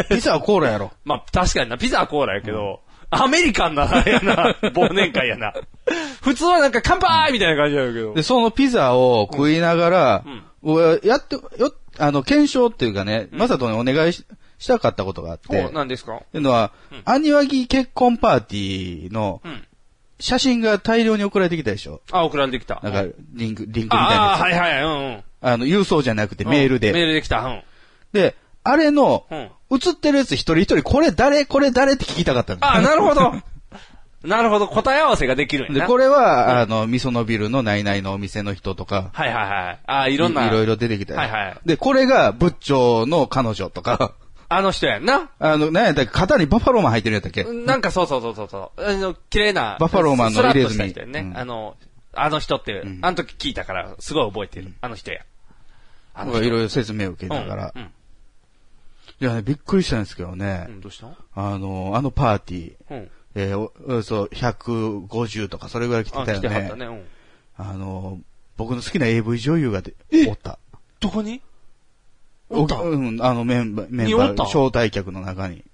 Speaker 2: ピザはコーラやろ。
Speaker 3: まあ、確かにな、ピザはコーラやけど、アメリカンな、あれやな、 忘年会やな。普通はなんか、乾杯みたいな感じやけど。
Speaker 2: で、そのピザを食いながら、
Speaker 3: う
Speaker 2: 俺やって、よ、あの、検証っていうかね、まさとにお願いししたかったことがあって、
Speaker 3: お、
Speaker 2: っ
Speaker 3: 何ですか
Speaker 2: ていうのは、
Speaker 3: うん
Speaker 2: アニワギ結婚パーティーの
Speaker 3: うん。
Speaker 2: 写真が大量に送られてきたでしょ。
Speaker 3: あ、送られてきた。
Speaker 2: なん
Speaker 3: あ
Speaker 2: か、リンク、リンクみたいなや
Speaker 3: あ
Speaker 2: つ。
Speaker 3: ー、はいはい、うんうん。
Speaker 2: あの、郵送じゃなくてメール
Speaker 3: うんメ
Speaker 2: で。
Speaker 3: ールできた。うん。
Speaker 2: で、あれの、
Speaker 3: うん。
Speaker 2: 映ってるやつ一人一人、これ誰、これ誰って聞きたかったの
Speaker 3: あー、なるほど。なるほど、答え合わせができる んや
Speaker 2: で、
Speaker 3: な。
Speaker 2: これは、あの、味噌のビルのナイナイのお店の人とか、
Speaker 3: はいはいはい。あー、いろんな。
Speaker 2: いろいろ出てきたよ
Speaker 3: はいはい
Speaker 2: で、これが、仏長の彼女とか、
Speaker 3: あの人やんな。
Speaker 2: あの、なんやったっけ肩にバッファローマン入ってるやったっけ
Speaker 3: なんかそうそうそうそうそう。あの、綺麗な。
Speaker 2: バッファローマンの
Speaker 3: スラッ
Speaker 2: 入
Speaker 3: と
Speaker 2: れ
Speaker 3: し
Speaker 2: 墨
Speaker 3: た人やんね。
Speaker 2: うん
Speaker 3: あの、あの人って、
Speaker 2: うん
Speaker 3: あの時聞いたから、すごい覚えてる。あの人や。あ
Speaker 2: なん
Speaker 3: の
Speaker 2: か
Speaker 3: 人。
Speaker 2: いろいろ説明を受けながら。
Speaker 3: うん。うん
Speaker 2: いやね、びっくりしたんですけどね
Speaker 3: う。ん、どうした
Speaker 2: あの、あのパーティー、
Speaker 3: うん。
Speaker 2: えーおおよそ150とかそれぐらい来て
Speaker 3: あ、
Speaker 2: たよ
Speaker 3: 来てはっ
Speaker 2: ね
Speaker 3: た。ね。うん。
Speaker 2: あの、僕の好きな AV 女優がでおった。
Speaker 3: どこにおった
Speaker 2: うん、あのメンバー、メン
Speaker 3: にお
Speaker 2: バー、
Speaker 3: った
Speaker 2: 招待客の中に。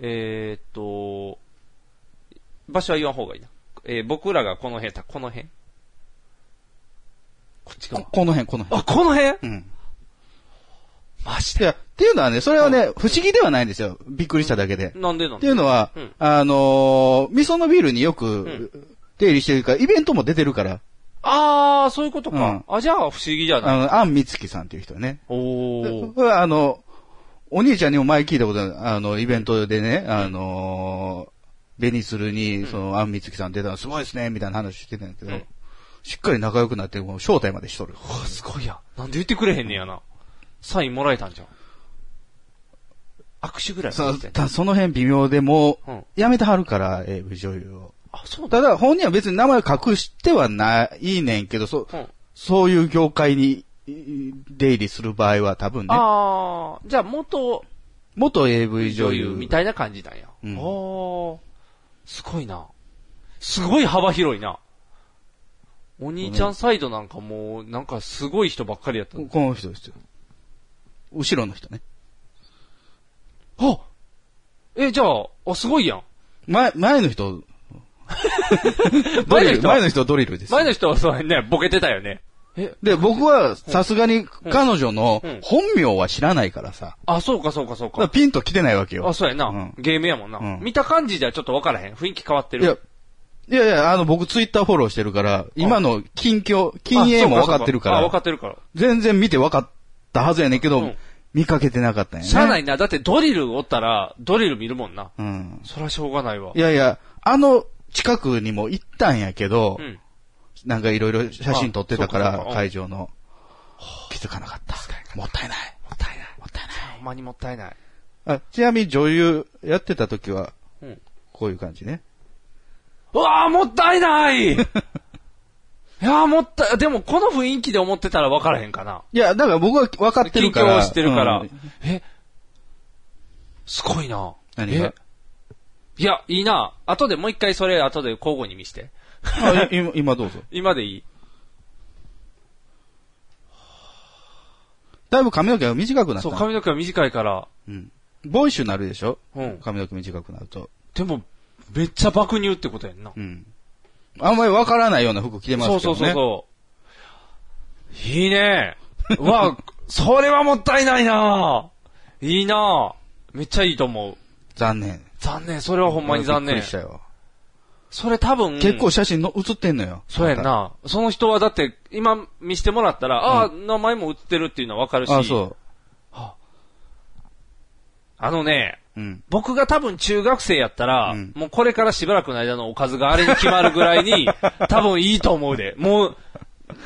Speaker 3: えーっと、場所は言わん方がいいな。えー僕らがこの辺た、この辺こっち
Speaker 2: こ
Speaker 3: か。
Speaker 2: この辺、この辺。
Speaker 3: あ、この辺
Speaker 2: うん。
Speaker 3: マジ
Speaker 2: い
Speaker 3: で。
Speaker 2: や、っていうのはね、それはね、不思議ではないんですよ。びっくりしただけで。
Speaker 3: なんでなん
Speaker 2: って
Speaker 3: で
Speaker 2: いうのは、
Speaker 3: うん
Speaker 2: あのー、味噌のビールによく
Speaker 3: う
Speaker 2: 出入りしてるから、イベントも出てるから、
Speaker 3: あー、そういうことか。
Speaker 2: う
Speaker 3: あ、じゃあ不思議じゃない。
Speaker 2: あの、アンミツキさんっていう人ね。
Speaker 3: おー。
Speaker 2: これはあの、お兄ちゃんにも前聞いたことある、あの、イベントでね、あのー、ベニスルに、その、アンミツキさん出たのすごいですね、みたいな話してたんやけど、
Speaker 3: うん
Speaker 2: しっかり仲良くなって、もう招待までしとる。
Speaker 3: あすごいや。なんで言ってくれへんねやな。サインもらえたんじゃん。握手ぐらい
Speaker 2: そ
Speaker 3: させて
Speaker 2: たその辺微妙でもう
Speaker 3: うん、
Speaker 2: やめてはるから、AV 女優を。
Speaker 3: あ、そうだ。
Speaker 2: ただ、本人は別に名前を隠してはないねんけど、そ、
Speaker 3: うん。
Speaker 2: そういう業界にい出入りする場合は多分ね、
Speaker 3: あー、じゃあ元
Speaker 2: 元 AV
Speaker 3: 女
Speaker 2: 女優
Speaker 3: 優みたいな感じなんや。
Speaker 2: うん
Speaker 3: おー。すごいな。すごい幅広いな。お兄ちゃんサイドなんかもう、なんかすごい人ばっかりやった。
Speaker 2: この人ですよ。後ろの人ね。
Speaker 3: あえ、じゃあ、あ、すごいやん。
Speaker 2: 前、前の人、ド
Speaker 3: 前の
Speaker 2: リル、
Speaker 3: 人
Speaker 2: 前の人はドリルです。
Speaker 3: 前の人はそうやね、ボケてたよね。え、
Speaker 2: で、僕はさすがに彼女の
Speaker 3: うん
Speaker 2: 本名は知らないからさ、
Speaker 3: あ、そうかそうかそう
Speaker 2: だから
Speaker 3: か。
Speaker 2: ピンと来てないわけよ
Speaker 3: あ、。そうやな。
Speaker 2: うん
Speaker 3: ゲームやもんな、
Speaker 2: うん
Speaker 3: 見た感じじゃちょっとわからへん。雰囲気変わって
Speaker 2: い
Speaker 3: る。
Speaker 2: や、いやいや、あの、僕ツイッターフォローしてるから、今の近況、近影も分かってるか、
Speaker 3: あ、分からってるから。
Speaker 2: 全然見て分かったはずやねんけ
Speaker 3: う
Speaker 2: ど
Speaker 3: ん、
Speaker 2: 見かけてなかったんやね。
Speaker 3: しゃあないな。だってドリルおったら、ドリル見るもんな。
Speaker 2: うん。
Speaker 3: そりゃしょうがないわ。
Speaker 2: いやいや、あの近くにも行ったんやけど、
Speaker 3: うん。
Speaker 2: なんかいろいろ写真撮ってたか
Speaker 3: あそうかそう
Speaker 2: ら
Speaker 3: かう、ん
Speaker 2: 会場の。気づかなかった。もったいない。
Speaker 3: もったいない。もったいない。ほんまにもったいない。
Speaker 2: あ、ちなみに女優やってた時は
Speaker 3: うん、
Speaker 2: こういう感じね。
Speaker 3: うわーもったいない いやーもったい、でもこの雰囲気で思ってたら分からへんかな。
Speaker 2: いや、だから僕は分かって
Speaker 3: 近
Speaker 2: るか
Speaker 3: 況を
Speaker 2: ら。
Speaker 3: 知ってるから。
Speaker 2: うん
Speaker 3: え、すごいな。
Speaker 2: 何が
Speaker 3: えいや、いいな。後でもう一回それ、後で交互に見して。
Speaker 2: あい今今どうぞ。
Speaker 3: 今でいい
Speaker 2: だいぶ髪の毛が短くなった
Speaker 3: そう、
Speaker 2: な。
Speaker 3: 髪の毛が短いから。
Speaker 2: うん。ボーイッシュになるでしょ
Speaker 3: うん。
Speaker 2: 髪の毛短くなると。
Speaker 3: でも、めっちゃ爆乳ってことやんな。
Speaker 2: うん。あんまり分からないような服着てますけど
Speaker 3: そ
Speaker 2: ね。
Speaker 3: うそうそうそう。いいね。うわ、それはもったいないないいなめっちゃいいと思う。
Speaker 2: 残念。
Speaker 3: 残念、それはほんまに残
Speaker 2: びっく
Speaker 3: 念
Speaker 2: りし。たよ。
Speaker 3: それ多分、
Speaker 2: 結構写真の写ってんのよ。
Speaker 3: そうやんな。その人はだって、今見してもらったら、ああ、名前も売ってるっていうのはわかるし。
Speaker 2: あ、そ
Speaker 3: あのね、
Speaker 2: う。うん。
Speaker 3: 僕が多分中学生やったら、
Speaker 2: うん
Speaker 3: もうこれからしばらくの間のおかずがあれに決まるぐら いに、多分いいと思うで。もう、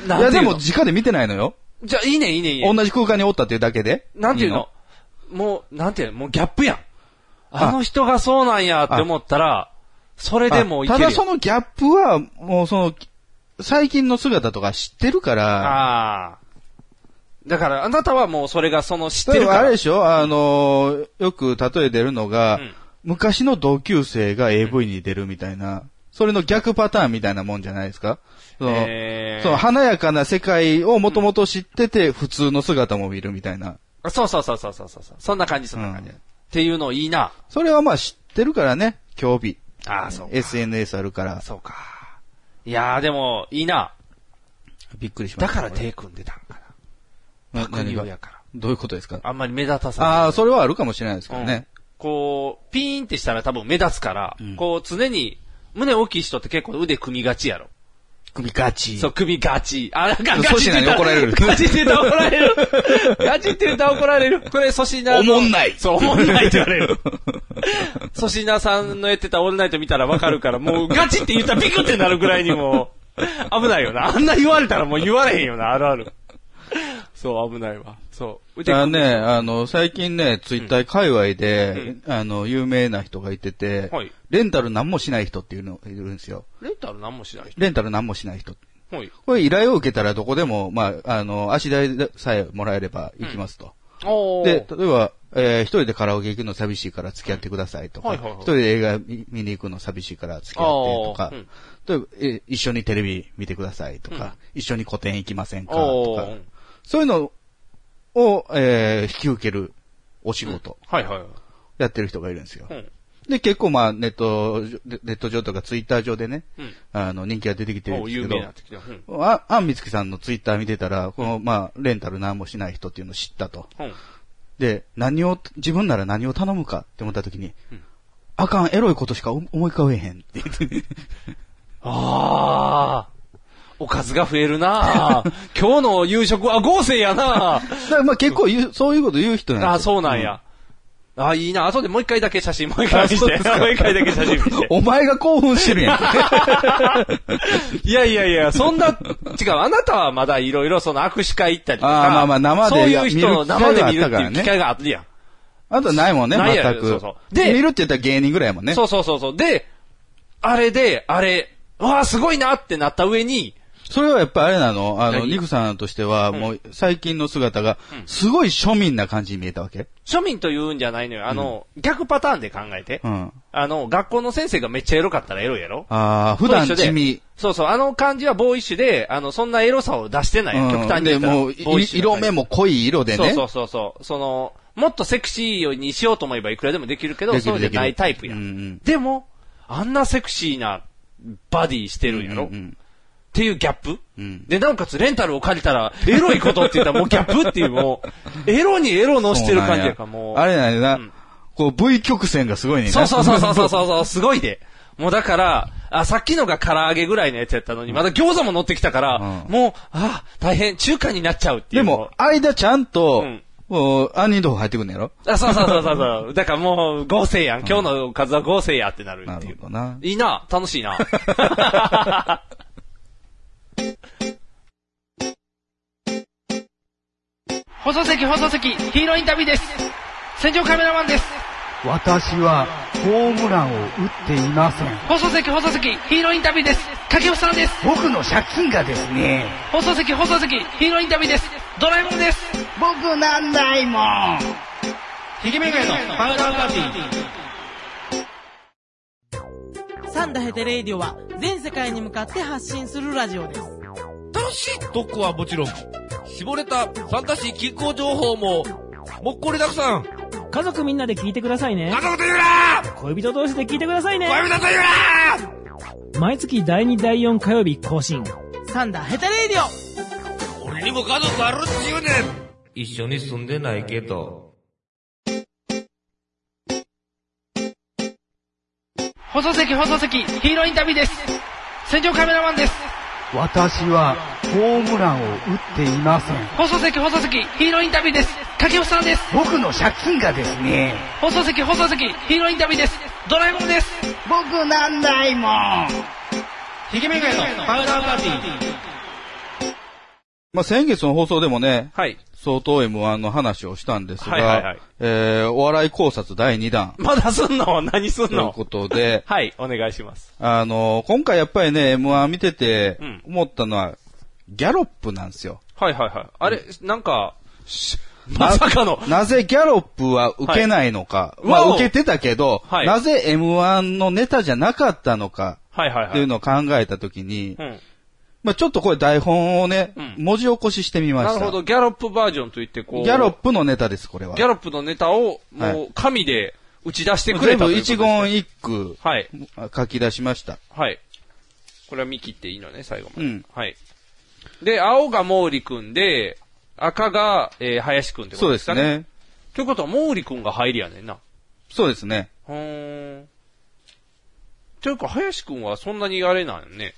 Speaker 3: ない
Speaker 2: や、
Speaker 3: んて
Speaker 2: で
Speaker 3: い
Speaker 2: も
Speaker 3: うの
Speaker 2: 直で見てないのよ。
Speaker 3: じゃあいいね、いいね、いいね。
Speaker 2: 同じ空間におったっていうだけで。
Speaker 3: なんていう
Speaker 2: いい
Speaker 3: の
Speaker 2: の
Speaker 3: もう、なんていうのもうギャップやん。
Speaker 2: あ
Speaker 3: あの人がそうなんやって思ったら、それでもい
Speaker 2: あ
Speaker 3: け
Speaker 2: た
Speaker 3: るよ。
Speaker 2: だそのギャップは、もうその、最近の姿とか知ってるから、
Speaker 3: ああ。だから、あなたはもうそれがその知って
Speaker 2: 例え
Speaker 3: る
Speaker 2: ば
Speaker 3: か
Speaker 2: あれ
Speaker 3: ら。
Speaker 2: でしょあのー、よく例え出るのが、
Speaker 3: うん
Speaker 2: 昔の同級生が AV に出るみたいな、それの逆パターンみたいなもんじゃないですかその、
Speaker 3: えー
Speaker 2: その華やかな世界をもともと知ってて、普通の姿も見るみたいな。
Speaker 3: あそうそうそうそうそうそう。そんな感じ、そんな感じ。
Speaker 2: うん
Speaker 3: っていうのいいな。
Speaker 2: それはまあ知ってるからね、競技。
Speaker 3: ああ、そうか。
Speaker 2: SNS あるから、
Speaker 3: そうか。いやーでも、いいな。
Speaker 2: びっくりしま
Speaker 3: だ
Speaker 2: した。
Speaker 3: から手組んでたんか
Speaker 2: な
Speaker 3: な。国
Speaker 2: 何
Speaker 3: 用
Speaker 2: が
Speaker 3: やから。
Speaker 2: どういうことですか
Speaker 3: あんまり目立たさない。
Speaker 2: ああ、それはあるかもしれないですけどね。
Speaker 3: こう、ピーンってしたら多分目立つから、
Speaker 2: うん
Speaker 3: こう常に、胸大きい人って結構腕組みがちやろ。
Speaker 2: 首ガチ
Speaker 3: そう、首ガチ。あ、なんかガ
Speaker 2: 粗
Speaker 3: チっ
Speaker 2: 品
Speaker 3: て
Speaker 2: に
Speaker 3: 言った
Speaker 2: 怒られる
Speaker 3: ガチって言ったら怒られる。ガチって言ったら怒 られる。これ、粗品の。
Speaker 2: おもんない
Speaker 3: そう、おもんないって言われ る。粗品さんのやってたオールナイト見たらわかるから、もうガチって言ったらビクってなるぐらいにもう、危ないよな。あんな言われたらもう言われへんよな、あるある。そう、危ないわ。そう。
Speaker 2: だからね、あの、最近ね、ツイッター界隈で、あの、有名な人がいてて、
Speaker 3: はい
Speaker 2: レンタル何もしない人っていうのいるんですよ。
Speaker 3: レンタル何もしない
Speaker 2: レンタル何もしない人。
Speaker 3: 人。はい。
Speaker 2: これ依頼を受けたらどこでも、まあ、あの、足代さえもらえれば行きますと。
Speaker 3: おー
Speaker 2: で、例えば、えー一人でカラオケ行くの寂しいから付き合ってくださいとか、
Speaker 3: は
Speaker 2: 一、
Speaker 3: いはいはい
Speaker 2: 人で映画見見に行くの寂しいから付き合ってとか、例えば、えー一緒にテレビ見てくださいとか、一緒に個展行きませんかと
Speaker 3: お
Speaker 2: か
Speaker 3: ー、
Speaker 2: そういうのを、えー引き受けるお仕事、
Speaker 3: はいはいはい。
Speaker 2: やってる人がいるんですよ。
Speaker 3: うん
Speaker 2: で、結構まあ、ネット、ネット上とかツイッター上でね、
Speaker 3: うん
Speaker 2: あの、人気が出てきてるん
Speaker 3: お
Speaker 2: で
Speaker 3: ー
Speaker 2: す
Speaker 3: 有
Speaker 2: け
Speaker 3: 名
Speaker 2: ど
Speaker 3: にな、ってきた。うん。
Speaker 2: あ、あんみつきさんのツイッター見てたら、この、まあ、レンタル何もしない人っていうのを知ったと。
Speaker 3: うん。
Speaker 2: で、何を、自分なら何を頼むかって思った時に、
Speaker 3: うん
Speaker 2: あかん、エロいことしか思い浮かべへ んって言って、
Speaker 3: ああ。おかずが増えるな あ今日の夕食は豪勢やな
Speaker 2: だ
Speaker 3: あ
Speaker 2: からまあ結構言う、そういうこと言う人なんですよ。
Speaker 3: あーそうなんや。ああ、いいな。後でもう一回だけ写真、もう一回見て。もう一回だけ写真見 て。
Speaker 2: お前が興奮してる やん。
Speaker 3: いやいやいや、そんな、違う、あなたはまだいろいろその握手会行ったりとか。
Speaker 2: あーまあまあ生で
Speaker 3: そういう人
Speaker 2: 見る
Speaker 3: の
Speaker 2: 機会があ
Speaker 3: 生
Speaker 2: った
Speaker 3: で
Speaker 2: からね
Speaker 3: 見るっていう機会があったやん。
Speaker 2: あとないもんね、
Speaker 3: ないや
Speaker 2: 全く。
Speaker 3: そうそうで
Speaker 2: 見るって言ったら芸人ぐらいやもんね。
Speaker 3: そうそうそうそう。で、あれで、あれ、わあ、すごいなってなった上に、
Speaker 2: それはやっぱあれなの、あの、
Speaker 3: 何
Speaker 2: ニクさんとしては、もう最近の姿が
Speaker 3: う、ん
Speaker 2: すごい庶民な感じに見えたわけ。
Speaker 3: 庶民というんじゃないのよ。あの、逆パターンで考えて。
Speaker 2: うん。
Speaker 3: あの、学校の先生がめっちゃエロかったらエロいやろ
Speaker 2: ああ、普段
Speaker 3: と一緒で
Speaker 2: 地味。
Speaker 3: そうそう、あの感じはボーイッシュで、あの、そんなエロさを出してないよ。極端に
Speaker 2: で、
Speaker 3: 言ったら。
Speaker 2: もう、い
Speaker 3: ボーイッシュな
Speaker 2: 色
Speaker 3: 感じ
Speaker 2: 目も濃い色でね。
Speaker 3: そうそうそうそう。その、もっとセクシーにしようと思えばいくらでもできるけど、
Speaker 2: でき
Speaker 3: そ
Speaker 2: る
Speaker 3: うじゃないタイプや、
Speaker 2: うんんうん
Speaker 3: でも、あんなセクシーなバディしてるんやろ、
Speaker 2: うんうん
Speaker 3: っていうギャップ、
Speaker 2: うん
Speaker 3: で、なおかつレンタルを借りたら、エロいことって言ったらもうギャップっていう、もう、エロにエロのしてる感じやか
Speaker 2: そうな
Speaker 3: ら、
Speaker 2: ん
Speaker 3: もう。
Speaker 2: あれなんやな、
Speaker 3: ん
Speaker 2: こう V 曲線がすごいねんな。
Speaker 3: そうそうそうそうそうそうそう、すごいで。もうだから、あ、さっきのが唐揚げぐらいのやつやったのに、まだ餃子も乗ってきたから、
Speaker 2: うん
Speaker 3: もう、あ、大変、中華になっちゃうってい
Speaker 2: で
Speaker 3: う。
Speaker 2: も、間ちゃんと
Speaker 3: うん、
Speaker 2: こう、杏仁豆腐入ってくんのやろ
Speaker 3: あ、そうそうそうそうそう。だからもう、合成やん。今日のおかずは合成やってなる
Speaker 2: な
Speaker 3: ってい
Speaker 2: る
Speaker 3: う。
Speaker 2: ほどな。
Speaker 3: いいな、楽しいな。
Speaker 7: 放送席放送席ヒーローインタビューです戦場カメラマンです
Speaker 8: 私はホームランを打っていません。
Speaker 7: 放送席放送席ヒーローインタビューです掛布さんです
Speaker 8: 僕の借金がですね、
Speaker 7: 放送席放送席ヒーローインタビューですドラえもんです
Speaker 8: 僕なんないもん。
Speaker 7: ひげめぐれのパウダーパーティー
Speaker 9: サンダヘテレイディオは全世界に向かって発信するラジオです。
Speaker 1: 楽しい特攻はもちろん、絞れたサンタシー気候情報も、もっこりたくさん。
Speaker 10: 家族みんなで聞いてくださいね
Speaker 1: 家。族と言うな
Speaker 10: 恋人同士で聞いてくださいね。
Speaker 1: 恋人と言うな
Speaker 10: 毎月第2、第4火曜日更新。
Speaker 9: サンダヘテレイディオ
Speaker 1: 俺にも家族あるっちゅうねん一緒に住んでないけど。
Speaker 7: 放送席放送席ヒーローインタビューです戦場カメラマンです
Speaker 8: 私はホームランを打っていません。
Speaker 7: 放送席放送席ヒーローインタビューです掛布さんです
Speaker 8: 僕の借金がですね、
Speaker 7: 放送席放送席ヒーローインタビューですドラえもんです
Speaker 8: 僕なんないもん。
Speaker 7: ひげめぐれのパウダーパーティー
Speaker 2: まあ、先月の放送でもね、
Speaker 3: はい。
Speaker 2: 相当 M1 の話をしたんですが、
Speaker 3: はいはいはい
Speaker 2: えー、お笑い考察第2弾
Speaker 3: まだすんの何すん
Speaker 2: という
Speaker 3: の
Speaker 2: ことで、
Speaker 3: はい、お願いします。
Speaker 2: あの今回やっぱりね、M1 見てて
Speaker 3: うん、
Speaker 2: 思ったのは、ギャロップなんですよ。
Speaker 3: はいはいはい。あれ、なんか、し まさかの。
Speaker 2: なぜギャロップは受けないのか。
Speaker 3: はい
Speaker 2: ま
Speaker 3: わ
Speaker 2: あ
Speaker 3: お
Speaker 2: 受けてたけど、
Speaker 3: はい
Speaker 2: なぜ M1 のネタじゃなかったのか
Speaker 3: はいはい
Speaker 2: っ
Speaker 3: は
Speaker 2: ていう
Speaker 3: い。
Speaker 2: のを考えたときに、
Speaker 3: うん、
Speaker 2: まあちょっとこれ台本をね、
Speaker 3: うん
Speaker 2: 文字起こししてみま
Speaker 3: な
Speaker 2: し
Speaker 3: る
Speaker 2: た。
Speaker 3: ほど、ギャロップバージョンといって、こう、
Speaker 2: ギャロップのネタです、これは。
Speaker 3: ギャロップのネタを、
Speaker 2: は
Speaker 3: もう
Speaker 2: い、
Speaker 3: 紙で打ち出してくれ
Speaker 2: 全
Speaker 3: たと
Speaker 2: 部
Speaker 3: いうことです
Speaker 2: 一
Speaker 3: ね
Speaker 2: 言一句
Speaker 3: はい、
Speaker 2: 書き出しました。
Speaker 3: はい。これは見切っていいのね、最後まで。
Speaker 2: うん
Speaker 3: はい。で、青が毛利くんで、赤が、えー林くんってこ
Speaker 2: そう
Speaker 3: と
Speaker 2: で
Speaker 3: です
Speaker 2: す
Speaker 3: かね。
Speaker 2: ね。
Speaker 3: ということは、毛利くんが入りやねんな。
Speaker 2: そうですね。
Speaker 3: ほーん。というか、林くんはそんなにあれなんよね。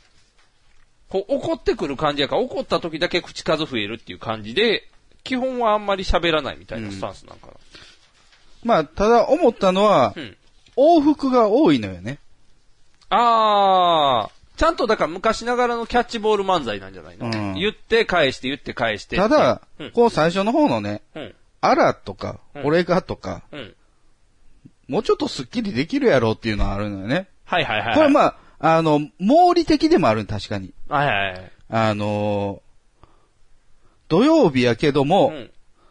Speaker 3: こう、怒ってくる感じやから、怒った時だけ口数増えるっていう感じで、基本はあんまり喋らないみたいなスタンスなんかな。
Speaker 2: まあ、ただ思ったのは
Speaker 3: うん、
Speaker 2: 往復が多いのよね。
Speaker 3: あー、ちゃんとだから昔ながらのキャッチボール漫才なんじゃないの、
Speaker 2: うん
Speaker 3: 言って返して言って返して。
Speaker 2: ただ
Speaker 3: うん、
Speaker 2: こう最初の方のね、
Speaker 3: うん。
Speaker 2: あらとか
Speaker 3: う、ん
Speaker 2: 俺がとか、
Speaker 3: うん。
Speaker 2: もうちょっとスッキリできるやろうっていうのはあるのよね。
Speaker 3: はいはいはい。
Speaker 2: これまあ、あの、毛利的でもある確かに。
Speaker 3: あ。はいはいはい。
Speaker 2: あのー土曜日やけど
Speaker 3: う
Speaker 2: も、
Speaker 3: ん。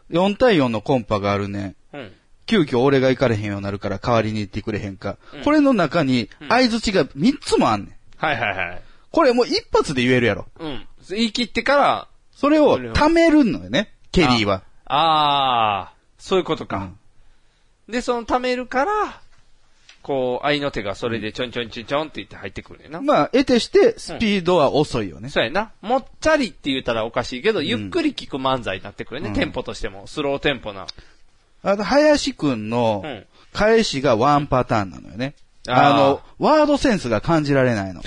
Speaker 2: 4対4のコンパがあるね。
Speaker 3: うん。
Speaker 2: 急遽俺が行かれへんようになるから代わりに行ってくれへんか。
Speaker 3: うん
Speaker 2: これの中に、合図が3つもあんねん。
Speaker 3: はいはいはい。
Speaker 2: これもう一発で言えるやろ。
Speaker 3: うん。言い切ってから、
Speaker 2: それを
Speaker 3: それを
Speaker 2: 貯めるのよね、ケリーは。
Speaker 3: ああ、そういうこと
Speaker 2: う
Speaker 3: か
Speaker 2: ん。
Speaker 3: で、その貯めるから、こう、愛の手がそれでちょんちょんちょんちょんって言って入ってくるねんな。
Speaker 2: まあ、得てして、スピードは遅いよね。
Speaker 3: そうやな。もっちゃりって言ったらおかしいけど、
Speaker 2: ん
Speaker 3: ゆっくり聞く漫才になってくるね。
Speaker 2: うん
Speaker 3: テンポとしても。スローテンポな。
Speaker 2: あと、林くんの
Speaker 3: うん、
Speaker 2: 返しがワンパターンなのよね。
Speaker 3: あー
Speaker 2: あの、ワードセンスが感じられないの。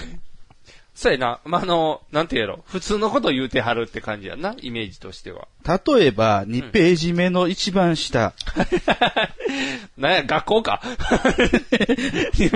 Speaker 3: そうやな。まあ、あの、なんて言うやろ。普通のこと言うてはるって感じやな。イメージとして は。
Speaker 2: 例えば、2ページ目の一番 下。
Speaker 3: なんや、学校 か。
Speaker 2: あ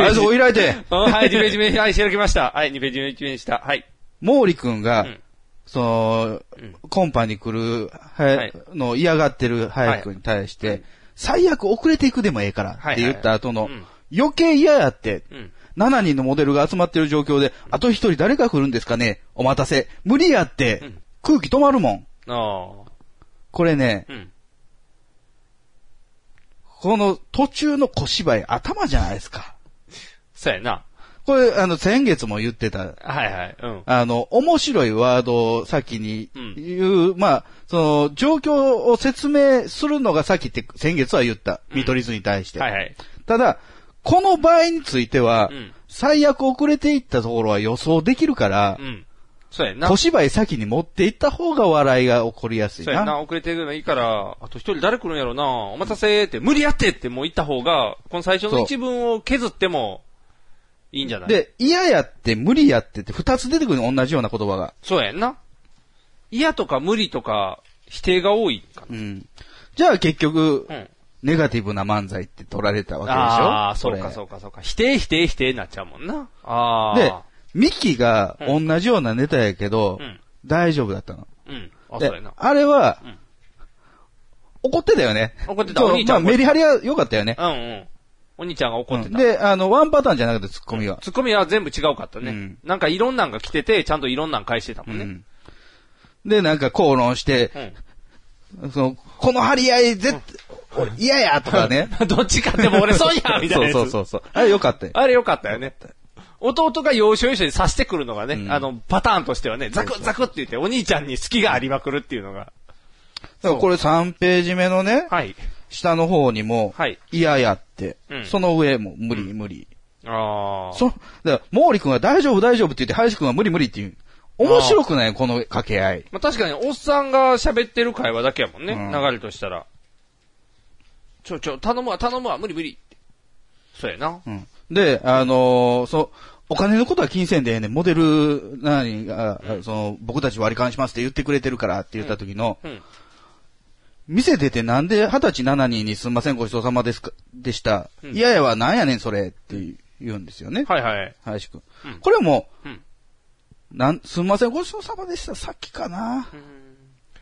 Speaker 2: れ、そこいられて、
Speaker 3: うんはい、2ページ目、はい、開きました。はい、2ページ目、1ページ下。はい。
Speaker 2: 毛利くんが
Speaker 3: うん、
Speaker 2: その
Speaker 3: うん、
Speaker 2: コンパに来る、
Speaker 3: は
Speaker 2: はいい、の嫌がってる林くんに対して、最悪遅れていくでもええからって言った後の
Speaker 3: はいはい、
Speaker 2: 余計嫌やって、
Speaker 3: うん。
Speaker 2: 7人のモデルが集まってる状況で、あと1人誰が来るんですかねお待たせ。無理やって、
Speaker 3: うん
Speaker 2: 空気止まるもん。
Speaker 3: あ
Speaker 2: これね、
Speaker 3: あ。うん。
Speaker 2: この途中の小芝居頭じゃないですか。
Speaker 3: そうやな。
Speaker 2: これ、あの、先月も言ってた、
Speaker 3: はいはい。うん。
Speaker 2: あの、面白いワードを先に
Speaker 3: うん
Speaker 2: 言う、まあ、その、状況を説明するのが先って先月は言った。
Speaker 3: ん
Speaker 2: 見取り図に対して。
Speaker 3: はいはい。
Speaker 2: ただ、この場合については、
Speaker 3: うん
Speaker 2: 最悪遅れていったところは予想できるから
Speaker 3: う、ん。そうやな
Speaker 2: 小。芝居先に持っていった方が笑いが起こりやすい
Speaker 3: そうやな。
Speaker 2: な。
Speaker 3: 遅れてるのいいから、あと一人誰来るんやろな。お待たせって、無理やってってもう言った方が、この最初の一文を削っても、いいんじゃない、
Speaker 2: で、嫌やって無理やってって二つ出てくるの同じような言葉が。
Speaker 3: そうやんな。嫌とか無理とか、否定が多いか
Speaker 2: うん。じゃあ結局、
Speaker 3: な。うん。
Speaker 2: ネガティブな漫才って取られたわけでしょ
Speaker 3: ああ、そうかそううかそうか。否定否定否定になっちゃうもんな。ああ。
Speaker 2: で、ミキが同じようなネタやけど、
Speaker 3: うん。
Speaker 2: 大丈夫だったの。
Speaker 3: うん。あ、
Speaker 2: で
Speaker 3: そうやな。
Speaker 2: あれは、
Speaker 3: うん
Speaker 2: 怒ってたよね。
Speaker 3: 怒ってた
Speaker 2: そう
Speaker 3: お兄ちゃ
Speaker 2: まあ
Speaker 3: ん怒っ
Speaker 2: メ
Speaker 3: て
Speaker 2: リハリは良かったよね。
Speaker 3: うんうん。お兄ちゃんが怒って
Speaker 2: うん
Speaker 3: た。
Speaker 2: で、あの、ワンパターンじゃなくてツッコミは。
Speaker 3: ツッコミは全部違うかったね。
Speaker 2: うん
Speaker 3: なんかいろんなんが来てて、ちゃんといろんなん返してたもんね。
Speaker 2: うんで、なんか口論して、
Speaker 3: うん。
Speaker 2: その、この張り合い、絶対、嫌やとかね。
Speaker 3: どっち かでも俺そうやみたいな
Speaker 2: そ
Speaker 3: や
Speaker 2: う
Speaker 3: つ。
Speaker 2: そうそうそう。あれ良かったよ。
Speaker 3: あれよかったよね。弟が要所要所に刺してくるのがね、
Speaker 2: うん
Speaker 3: あの、パターンとしてはね、ザクザクって言って、お兄ちゃんに隙がありまくるっていうのが。
Speaker 2: だからこれ3ページ目のね、
Speaker 3: はい。
Speaker 2: 下の方にも
Speaker 3: はい、
Speaker 2: 嫌やって
Speaker 3: うん、
Speaker 2: その上も無理無理。
Speaker 3: ああ。
Speaker 2: そ、だから、毛利君が大丈夫大丈夫って言って、林君が無理無理って言う。面白くないこの掛け合い。
Speaker 3: まあ、確かに、おっさんが喋ってる会話だけやもんね、
Speaker 2: うん
Speaker 3: 流れとしたら。ちょ、ちょ、頼むわ、頼むわ、無理無理って。そうやな。
Speaker 2: うん。で、あのーそう、お金のことは金銭でええねんモデル、何が、その、僕たち割り勘しますって言ってくれてるからって言った時の、
Speaker 3: うん。
Speaker 2: 店出てなんで二十歳7人にすんませんごちそうさまですか、でした。
Speaker 3: うん
Speaker 2: いやいやはなんやねんそれって言うんですよね。
Speaker 3: はいはい。
Speaker 2: 林くん
Speaker 3: うん。
Speaker 2: これはもう
Speaker 3: うん、
Speaker 2: なん、すんませんごちそうさまでした。さっきかな。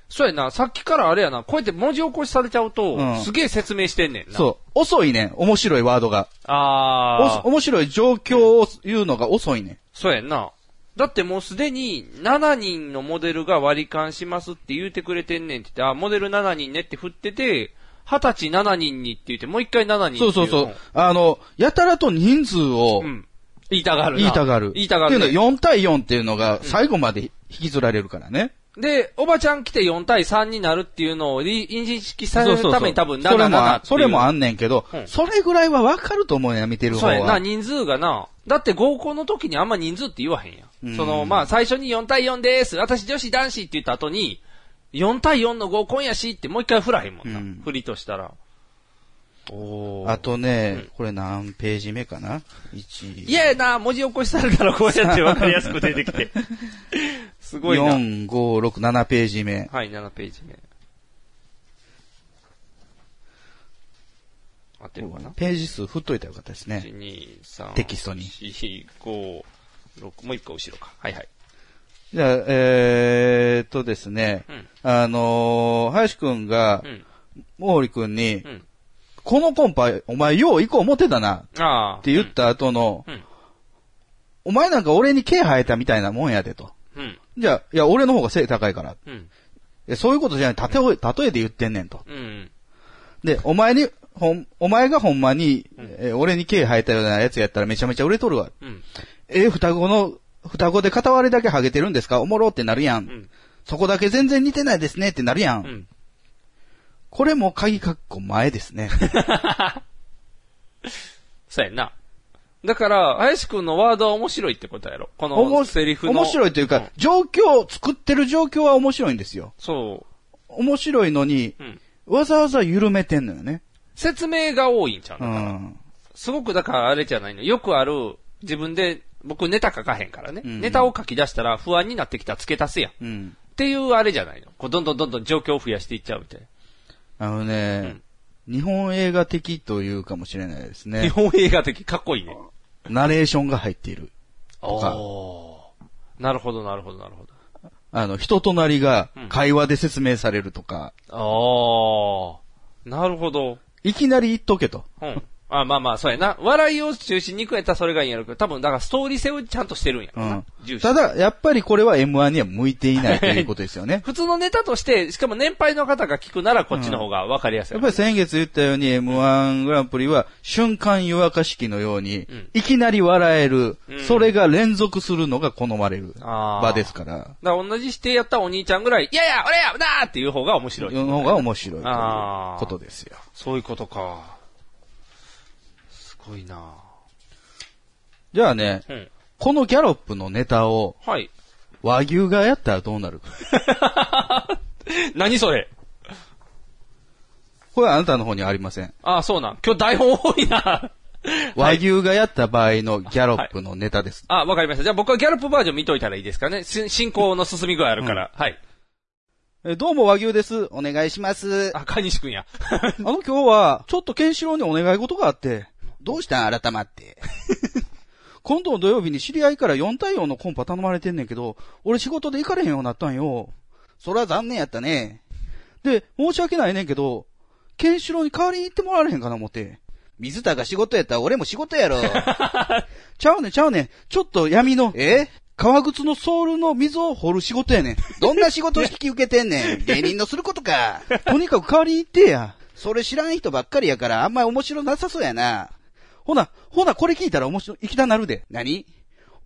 Speaker 3: そうやな、さっきからあれやな、こうやって文字起こしされちゃうと、
Speaker 2: うん
Speaker 3: すげえ説明してんねんな。う。
Speaker 2: そう。遅いねん。面白いワードが。
Speaker 3: あ
Speaker 2: お
Speaker 3: あ。
Speaker 2: 面白い状況を言うのが遅いね。
Speaker 3: そうやんな。だってもうすでに7人のモデルが割り勘しますって言うてくれてんねんって言って、あ、モデル7人ねって振ってて、20歳7人にって言って、もう一回7人ってい
Speaker 2: そうそうそう。。あの、やたらと人数を
Speaker 3: うん。言いたがるな。
Speaker 2: 言いたがる。
Speaker 3: 言いたがる
Speaker 2: っていう
Speaker 3: ね。
Speaker 2: のは4対4っていうのが最後まで引きずられるからね。
Speaker 3: で、おばちゃん来て4対3になるっていうのをり認識されるために多分7
Speaker 2: それも
Speaker 3: 7っ
Speaker 2: あ
Speaker 3: ていう
Speaker 2: それもあんねんけど
Speaker 3: うん、
Speaker 2: それぐらいはわかると思うや見てる方
Speaker 3: そうやな、
Speaker 2: は。
Speaker 3: 人数がな。だって合コンの時にあんま人数って言わへんや
Speaker 2: うん
Speaker 3: ん。その、まあ、最初に4対4です。私女子男子って言った後に、4対4の合コンやしってもう一回振らへんもんな。
Speaker 2: うん
Speaker 3: 振りとしたら。お
Speaker 2: あと
Speaker 3: うん
Speaker 2: ね、これ何ページ目かな ?1、
Speaker 3: いややな、文字起こしされたらこうやって分かりやすく出て きて。すごいな。
Speaker 2: 4、5、6、7ページ目。
Speaker 3: はい、7ページ目。合ってるかな
Speaker 2: ページ数振っといたらよかったですね。
Speaker 3: 1 2 3
Speaker 2: テキストに
Speaker 3: 4、5、六もう一個後ろか。はいはい。
Speaker 2: じゃあ、えー、っとですね、
Speaker 3: うん
Speaker 2: あのー、林くんが
Speaker 3: う、ん。
Speaker 2: 毛利くんに、
Speaker 3: ん
Speaker 2: このコンパ、お前よう行こう思ってたな、
Speaker 3: ああ。
Speaker 2: って言った後の、
Speaker 3: うんうん
Speaker 2: お前なんか俺に毛生えたみたいなもんやでと。
Speaker 3: うん。
Speaker 2: じゃあ、いや、俺の方が背高いから。
Speaker 3: うん。
Speaker 2: いやそういうことじゃない、例え、例えで言ってんねんと。
Speaker 3: うん。
Speaker 2: で、お前に、ほん、お前がほんまに、えー俺に毛生えたようなやつやったらめちゃめちゃ売れとるわ。
Speaker 3: うん。
Speaker 2: えー双子の、双子で片割れだけハゲてるんですかおもろってなるやん,、
Speaker 3: ん
Speaker 2: そこだけ全然似てないですねってなるやん。
Speaker 3: うん。
Speaker 2: これも鍵括弧前です ね。
Speaker 3: そうやんな。だから、林くんのワードは面白いってことやろ。こ
Speaker 2: おも
Speaker 3: のセリフの。
Speaker 2: 面白いというか、
Speaker 3: ん
Speaker 2: 状況、作ってる状況は面白いんですよ。
Speaker 3: そ
Speaker 2: 面白いのに、
Speaker 3: う。うん。
Speaker 2: わざわざ緩めてんのよね。
Speaker 3: 説明が多いんちゃう
Speaker 2: う
Speaker 3: のかな。
Speaker 2: ん。
Speaker 3: すごくだからあれじゃないの。よくある、自分で、僕ネタ書かへんからね。
Speaker 2: うん
Speaker 3: ネタを書き出したら不安になってきたら付け足すやん。っ
Speaker 2: うん。
Speaker 3: ていうあれじゃないの。こうどんどんどんどん状況を増やしていっちゃうみたいな。
Speaker 2: あのね、日本映画的というかもしれないです
Speaker 3: 日
Speaker 2: ね。
Speaker 3: 本映画的かっこいいね。
Speaker 2: ナレーションが入っている。
Speaker 3: お
Speaker 2: か
Speaker 3: ーなるほど、なるほど、なるほど。
Speaker 2: あの、人となりが
Speaker 3: うん
Speaker 2: 会話で説明されるとか、
Speaker 3: ああ、なるほど。
Speaker 2: いきなり言っとけと。
Speaker 3: うん。あまあまあ、そうやな。笑いを中心に行くやったらそれがいいんやろうけど、多分、だからストーリー性をちゃんとしてるんや
Speaker 2: う
Speaker 3: ろな。
Speaker 2: ん
Speaker 3: 重。視。
Speaker 2: ただ、やっぱりこれは M1 には向いていないということですよね
Speaker 3: 普通のネタとして、しかも年配の方が聞くならこっちの方が分かりやすい。
Speaker 2: やっぱり先月言ったように M1 グランプリは瞬間湯沸かし器のように
Speaker 3: ん、
Speaker 2: いきなり笑える
Speaker 3: うん、
Speaker 2: それが連続するのが好まれる
Speaker 3: あー
Speaker 2: 場ですから、
Speaker 3: だから同じしてやったお兄ちゃんぐらい、いやいや、俺や、なーっていう方が面白い。
Speaker 2: の方が面白いという
Speaker 3: あー
Speaker 2: ことですよ。
Speaker 3: そういうことか。すごいな
Speaker 2: じゃあね、
Speaker 3: うん。
Speaker 2: このギャロップのネタを
Speaker 3: はい。
Speaker 2: 和牛がやったらどう なるか。
Speaker 3: 何それ
Speaker 2: これはあなたの方にはありません。
Speaker 3: ああ、そうなん。今日台本多いな
Speaker 2: 和牛がやった場合のギャロップのネタです。
Speaker 3: あ、わかりました。じゃあ僕はギャルプバージョン見といたらいいですかね。し進行の進み具合あるから。はい。
Speaker 2: えどうも和牛です。お願いします。あ
Speaker 3: あ、かにしく んや。
Speaker 2: の今日は、ちょっとケンシロウにお願い事があって。どうしたん改まって。 今度の土曜日に知り合いから4対4のコンパ頼まれてんねんけど、俺仕事で行かれへんようになったんよ。そら残念やったね。で、申し訳ないねんけど、ケンシロウに代わりに行ってもらわれへんかな思って。水田が仕事やったら俺も仕事や ろ。ちゃうねんちゃうねん。ちょっと闇の、え革靴のソールの溝を掘る仕事やねん。どんな仕事を引き受けてんねん。 芸人のすることか。とにかく代わりに行ってや。それ知らん人ばっかりやからあんまり面白なさそうやな。ほな、ほな、これ聞いたら面白い、行きたなるで。何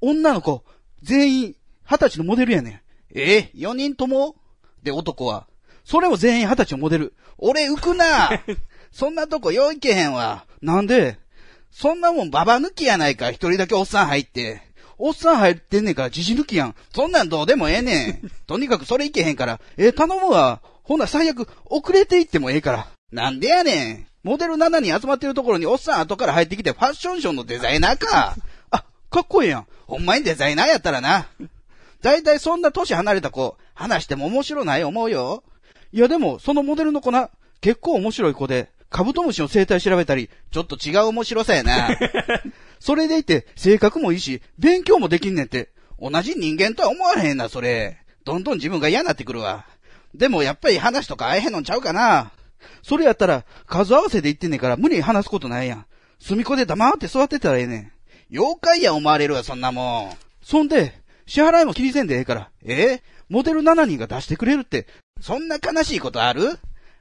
Speaker 2: 女の子、全員、二十歳のモデルやねん。ええ四人ともで、男は。それも全員二十歳のモデル。俺、浮くな そんなとこよう行けへんわ。なんでそんなもんババ抜きやないか、一人だけおっさん入って。おっさん入ってんねんから、じじ抜きやん。そんなんどうでもええねん。とにかくそれいけへんから。えー頼むわ。ほな、最悪、遅れていってもええから。なんでやねん。モデル7人集まってるところにおっさん後から入ってきてファッションショーのデザイナーか。あ、かっこええやん。ほんまにデザイナーやったらな。だいたいそんな年離れた子、話しても面白ない思うよ。いやでも、そのモデルの子な、結構面白い子で、カブトムシの生態調べたり、ちょっと違う面白さやな。それでいて、性格もいいし、勉強もできんねんて。同じ人間とは思われへんな、それ。どんどん自分が嫌になってくるわ。でもやっぱり話とか合えへんのんちゃうかな。それやったら、数合わせで言ってんねんから無理に話すことないやん。隅っこで黙って座ってたらええねん。妖怪や思われるわ、そんなもん。そんで、支払いも気にせんでええから。ええモデル7人が出してくれるって、そんな悲しいことある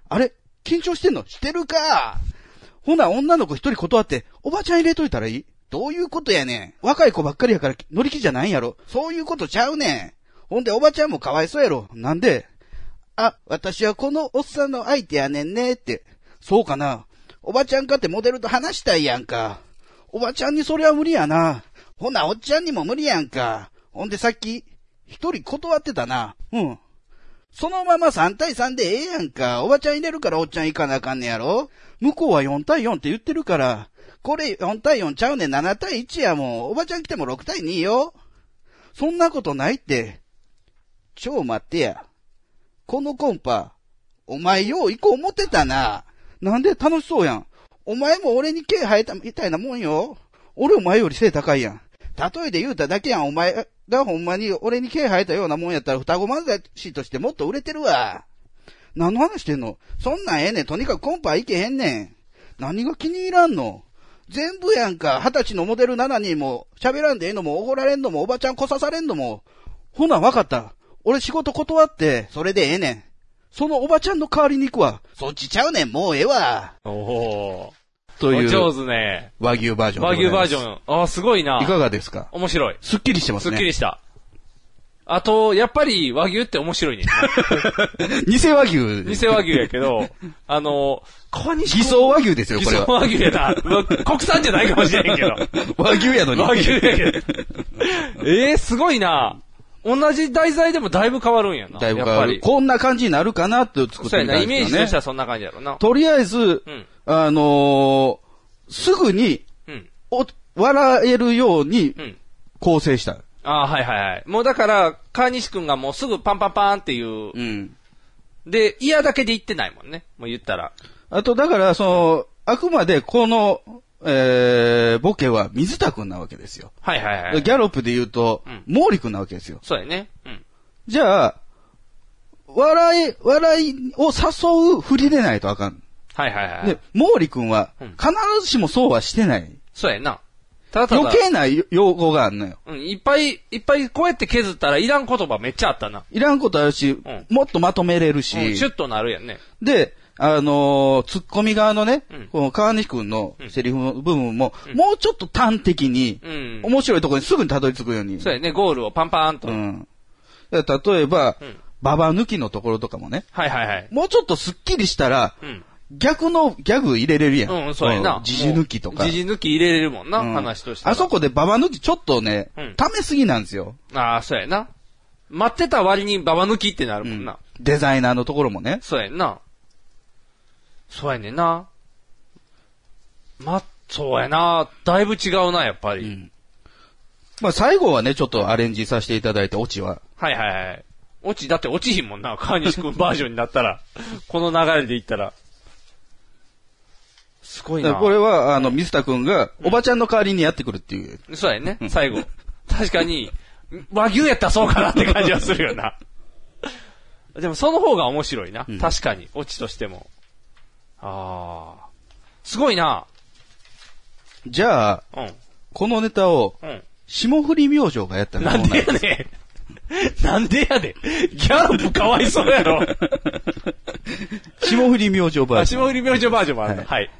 Speaker 2: あれ緊張してんのしてるかほな、女の子一人断って、おばちゃん入れといたらいいどういうことやねん。若い子ばっかりやから乗り気じゃないんやろ。そういうことちゃうねん。ほんで、おばちゃんもかわいそうやろ。なんであ、私はこのおっさんの相手やねんねって。そうかな。おばちゃんかってモデルと話したいやんか。おばちゃんにそれは無理やな。ほな、おっちゃんにも無理やんか。ほんでさっき、一人断ってたな。うん。そのまま3対3でええやんか。おばちゃん入れるからおっちゃん行かなあかんねやろ向こうは4対4って言ってるから。これ4対4ちゃうねん。7対1やもん。おばちゃん来ても6対2よ。そんなことないって。ちょ、待ってや。このコンパ、お前よう行こう思ってたな。なんで楽しそうやん。お前も俺に毛生えたみたいなもんよ。俺お前より背高いやん。例えで言うただけやん、お前がほんまに俺に毛生えたようなもんやったら双子漫才師としてもっと売れてるわ。何の話してんのそんなんええねん。とにかくコンパいけへんねん。何が気に入らんの全部やんか。二十歳のモデル7人も、喋らんでええのも、おごられんのも、おばちゃんこさされんのも。ほな、わかった。俺仕事断って、それでええねん。そのおばちゃんの代わりに行くわ。そっちちゃうねん、もうええわ。
Speaker 3: おお
Speaker 2: と
Speaker 3: ー。
Speaker 2: いう。
Speaker 3: 上手ね。
Speaker 2: 和牛バージョン。
Speaker 3: 和牛バージ
Speaker 2: ン。
Speaker 3: ョン。ああ、すごいな。
Speaker 2: いかがですか
Speaker 3: 面白い。
Speaker 2: すっきりしてますす
Speaker 3: っ
Speaker 2: ね。
Speaker 3: きりした。あと、やっぱり和牛って面白 いね。
Speaker 2: 偽和牛。
Speaker 3: 偽和牛やけど、あの、川西
Speaker 2: 偽装和牛ですよ、
Speaker 3: 偽
Speaker 2: これ
Speaker 3: 装
Speaker 2: は。
Speaker 3: 和牛やな。うわ国産じゃないかもしれんけど。
Speaker 2: 和牛やのに。
Speaker 3: 和牛や けど。ええすごいな。同じ題材でもだいぶ変わるんやな。
Speaker 2: だいぶ変
Speaker 3: やっ
Speaker 2: わ
Speaker 3: ぱ
Speaker 2: る。
Speaker 3: り。
Speaker 2: こんな感じになるかなって作って
Speaker 3: そうや
Speaker 2: みた
Speaker 3: な、
Speaker 2: んですよね。
Speaker 3: イメージとしてはそんな感じやろな。
Speaker 2: とりあえず
Speaker 3: う、ん。
Speaker 2: あのーすぐに、
Speaker 3: うん。
Speaker 2: お、笑えるように
Speaker 3: うん。
Speaker 2: 構成した。
Speaker 3: ああ、はいはいはい。もうだから、川西くんがもうすぐパンパンパンっていう。
Speaker 2: うん。
Speaker 3: で、嫌だけで言ってないもんね。もう言ったら。
Speaker 2: あと、だから、その、あくまでこの、えー、ボケは水田くんなわけですよ。
Speaker 3: はいはいはい。
Speaker 2: ギャロップで言うと
Speaker 3: うん、
Speaker 2: 毛利くんなわけですよ。
Speaker 3: そうやね。うん。
Speaker 2: じゃあ、笑い、笑いを誘う振りでないとあかん。
Speaker 3: はいはいはい。
Speaker 2: で、毛利くんは、
Speaker 3: うん
Speaker 2: 必ずしもそうはしてない。
Speaker 3: そうやな。ただただ。
Speaker 2: 余計な用語があんのよ。
Speaker 3: うん、いっぱい、いっぱいこうやって削ったらいらん言葉めっちゃあったな。
Speaker 2: いらんことあるし、
Speaker 3: ん
Speaker 2: もっとまとめれるし、
Speaker 3: うん、シュッとなるやんね。
Speaker 2: で、あのーツッコミ側のね、
Speaker 3: うん
Speaker 2: この川西くんのセリフの部分も、もうちょっと端的に、
Speaker 3: うん。
Speaker 2: 面白いところにすぐにたどり着くように。
Speaker 3: そうやね、ゴールをパンパーンと。
Speaker 2: うん。だから例えば、
Speaker 3: うん
Speaker 2: ババ抜きのところとかもね、
Speaker 3: はいはいはい。
Speaker 2: もうちょっとスッキリしたら、
Speaker 3: うん。
Speaker 2: 逆のギャグ入れれるやん。
Speaker 3: うん、そうやな。
Speaker 2: ん時事抜きとか。
Speaker 3: 時事抜き入れれるもんな、
Speaker 2: うん
Speaker 3: 話としては。
Speaker 2: あそこでババ抜きちょっとね、
Speaker 3: うん
Speaker 2: ためすぎなんですよ。
Speaker 3: ああ、そうやな。待ってた割にババ抜きってなるもんな。
Speaker 2: デザイナーのところもね。
Speaker 3: そうやんな。そうやねんな。ま、そうやな。だいぶ違うな、やっぱり。
Speaker 2: うんまあ最後はね、ちょっとアレンジさせていただいて、オチは。
Speaker 3: はいはいはい。落ち、だって落ちひんもんな。川西くんバージョンになったら。 この流れでいったら。すごい
Speaker 2: だ
Speaker 3: な。
Speaker 2: からこれは、あの、水田くんが、おばちゃんの代わりにやってくるっていう。
Speaker 3: そうやね。最後。確かに、和牛やったらそうかなって感じはするよな。でもその方が面白いな。
Speaker 2: ん
Speaker 3: 確かに。落ちとしても。ああ。すごいな。
Speaker 2: じゃあ、
Speaker 3: うん。
Speaker 2: このネタを、
Speaker 3: うん。
Speaker 2: 霜降り明星がやったら
Speaker 3: な
Speaker 2: ど
Speaker 3: ん
Speaker 2: うな
Speaker 3: で
Speaker 2: る
Speaker 3: やねん。なんでやねん。ギャロップかわいそうやろ。
Speaker 2: 霜降り明星バージ
Speaker 3: 足
Speaker 2: ョン。
Speaker 3: もり明星バージョンもあ
Speaker 2: は
Speaker 3: るの。
Speaker 2: い
Speaker 3: はい。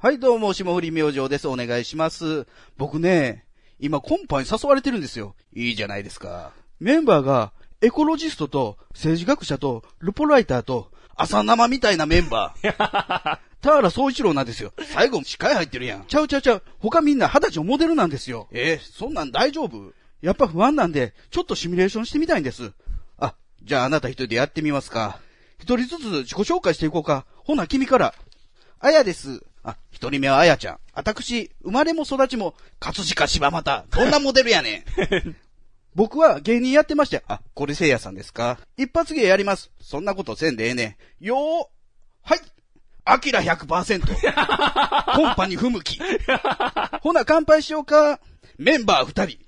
Speaker 2: はい、どうも、霜降り明星です。お願いします。僕ね、今コンパに誘われてるんですよ。いいじゃないですか。メンバーが、エコロジストと、政治学者と、ルポライターと、朝生みたいなメンバー。 田原総一郎なんですよ。最後、司会入ってるやん。ちゃうちゃうちゃう。他みんな二十歳のモデルなんですよ。えそんなん大丈夫やっぱ不安なんで、ちょっとシミュレーションしてみたいんです。あ、じゃああなた一人でやってみますか。一人ずつ自己紹介していこうか。ほな、君から。あやです。あ、一人目はあやちゃん。私、生まれも育ちも、葛飾柴又。どんなモデルやねん。僕は芸人やってまして、あ、これせいやさんですか一発芸やります。そんなことせんでええねん。よー、はい。アキラ100%。コンパに不向き。ほな、乾杯しようか。メンバー二人。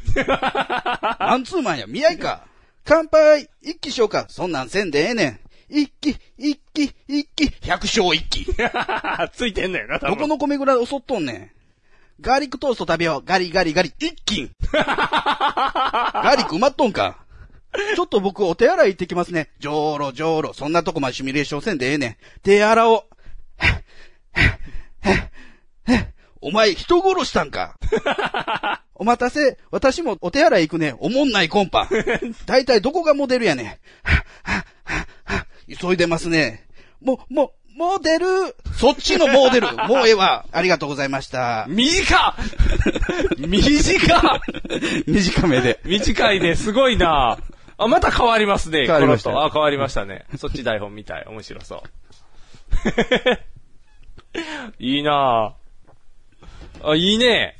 Speaker 2: マンツーマンや見合いか。乾杯一気しようか。そんなんせんでええねん。一気、一気、一気、百勝一気。
Speaker 3: ついて んのよな、
Speaker 2: どこの米蔵襲っとんねん。ガーリックトースト食べよう。ガリガリガリ。一 斤ガーリック埋まっとんか。ちょっと僕お手洗い行ってきますね。じょうろじょうろ。そんなとこまでシミュレーションせんでええねん。手洗おう。お前人殺したん か。お待たせ。私もお手洗い行くね。おもんないコンパ。だいたいどこがモデルやねん。急いでますね。も、も、モデルそっちのモ デルもうええわありがとうございました。
Speaker 3: 短っ短っ
Speaker 2: 短めで。
Speaker 3: 短いね、すごいなあ、また変わりますね、
Speaker 2: 変わりました
Speaker 3: この後あ、変わりましたね。そっち台本みたい。面白そう。 いいなああ、いいね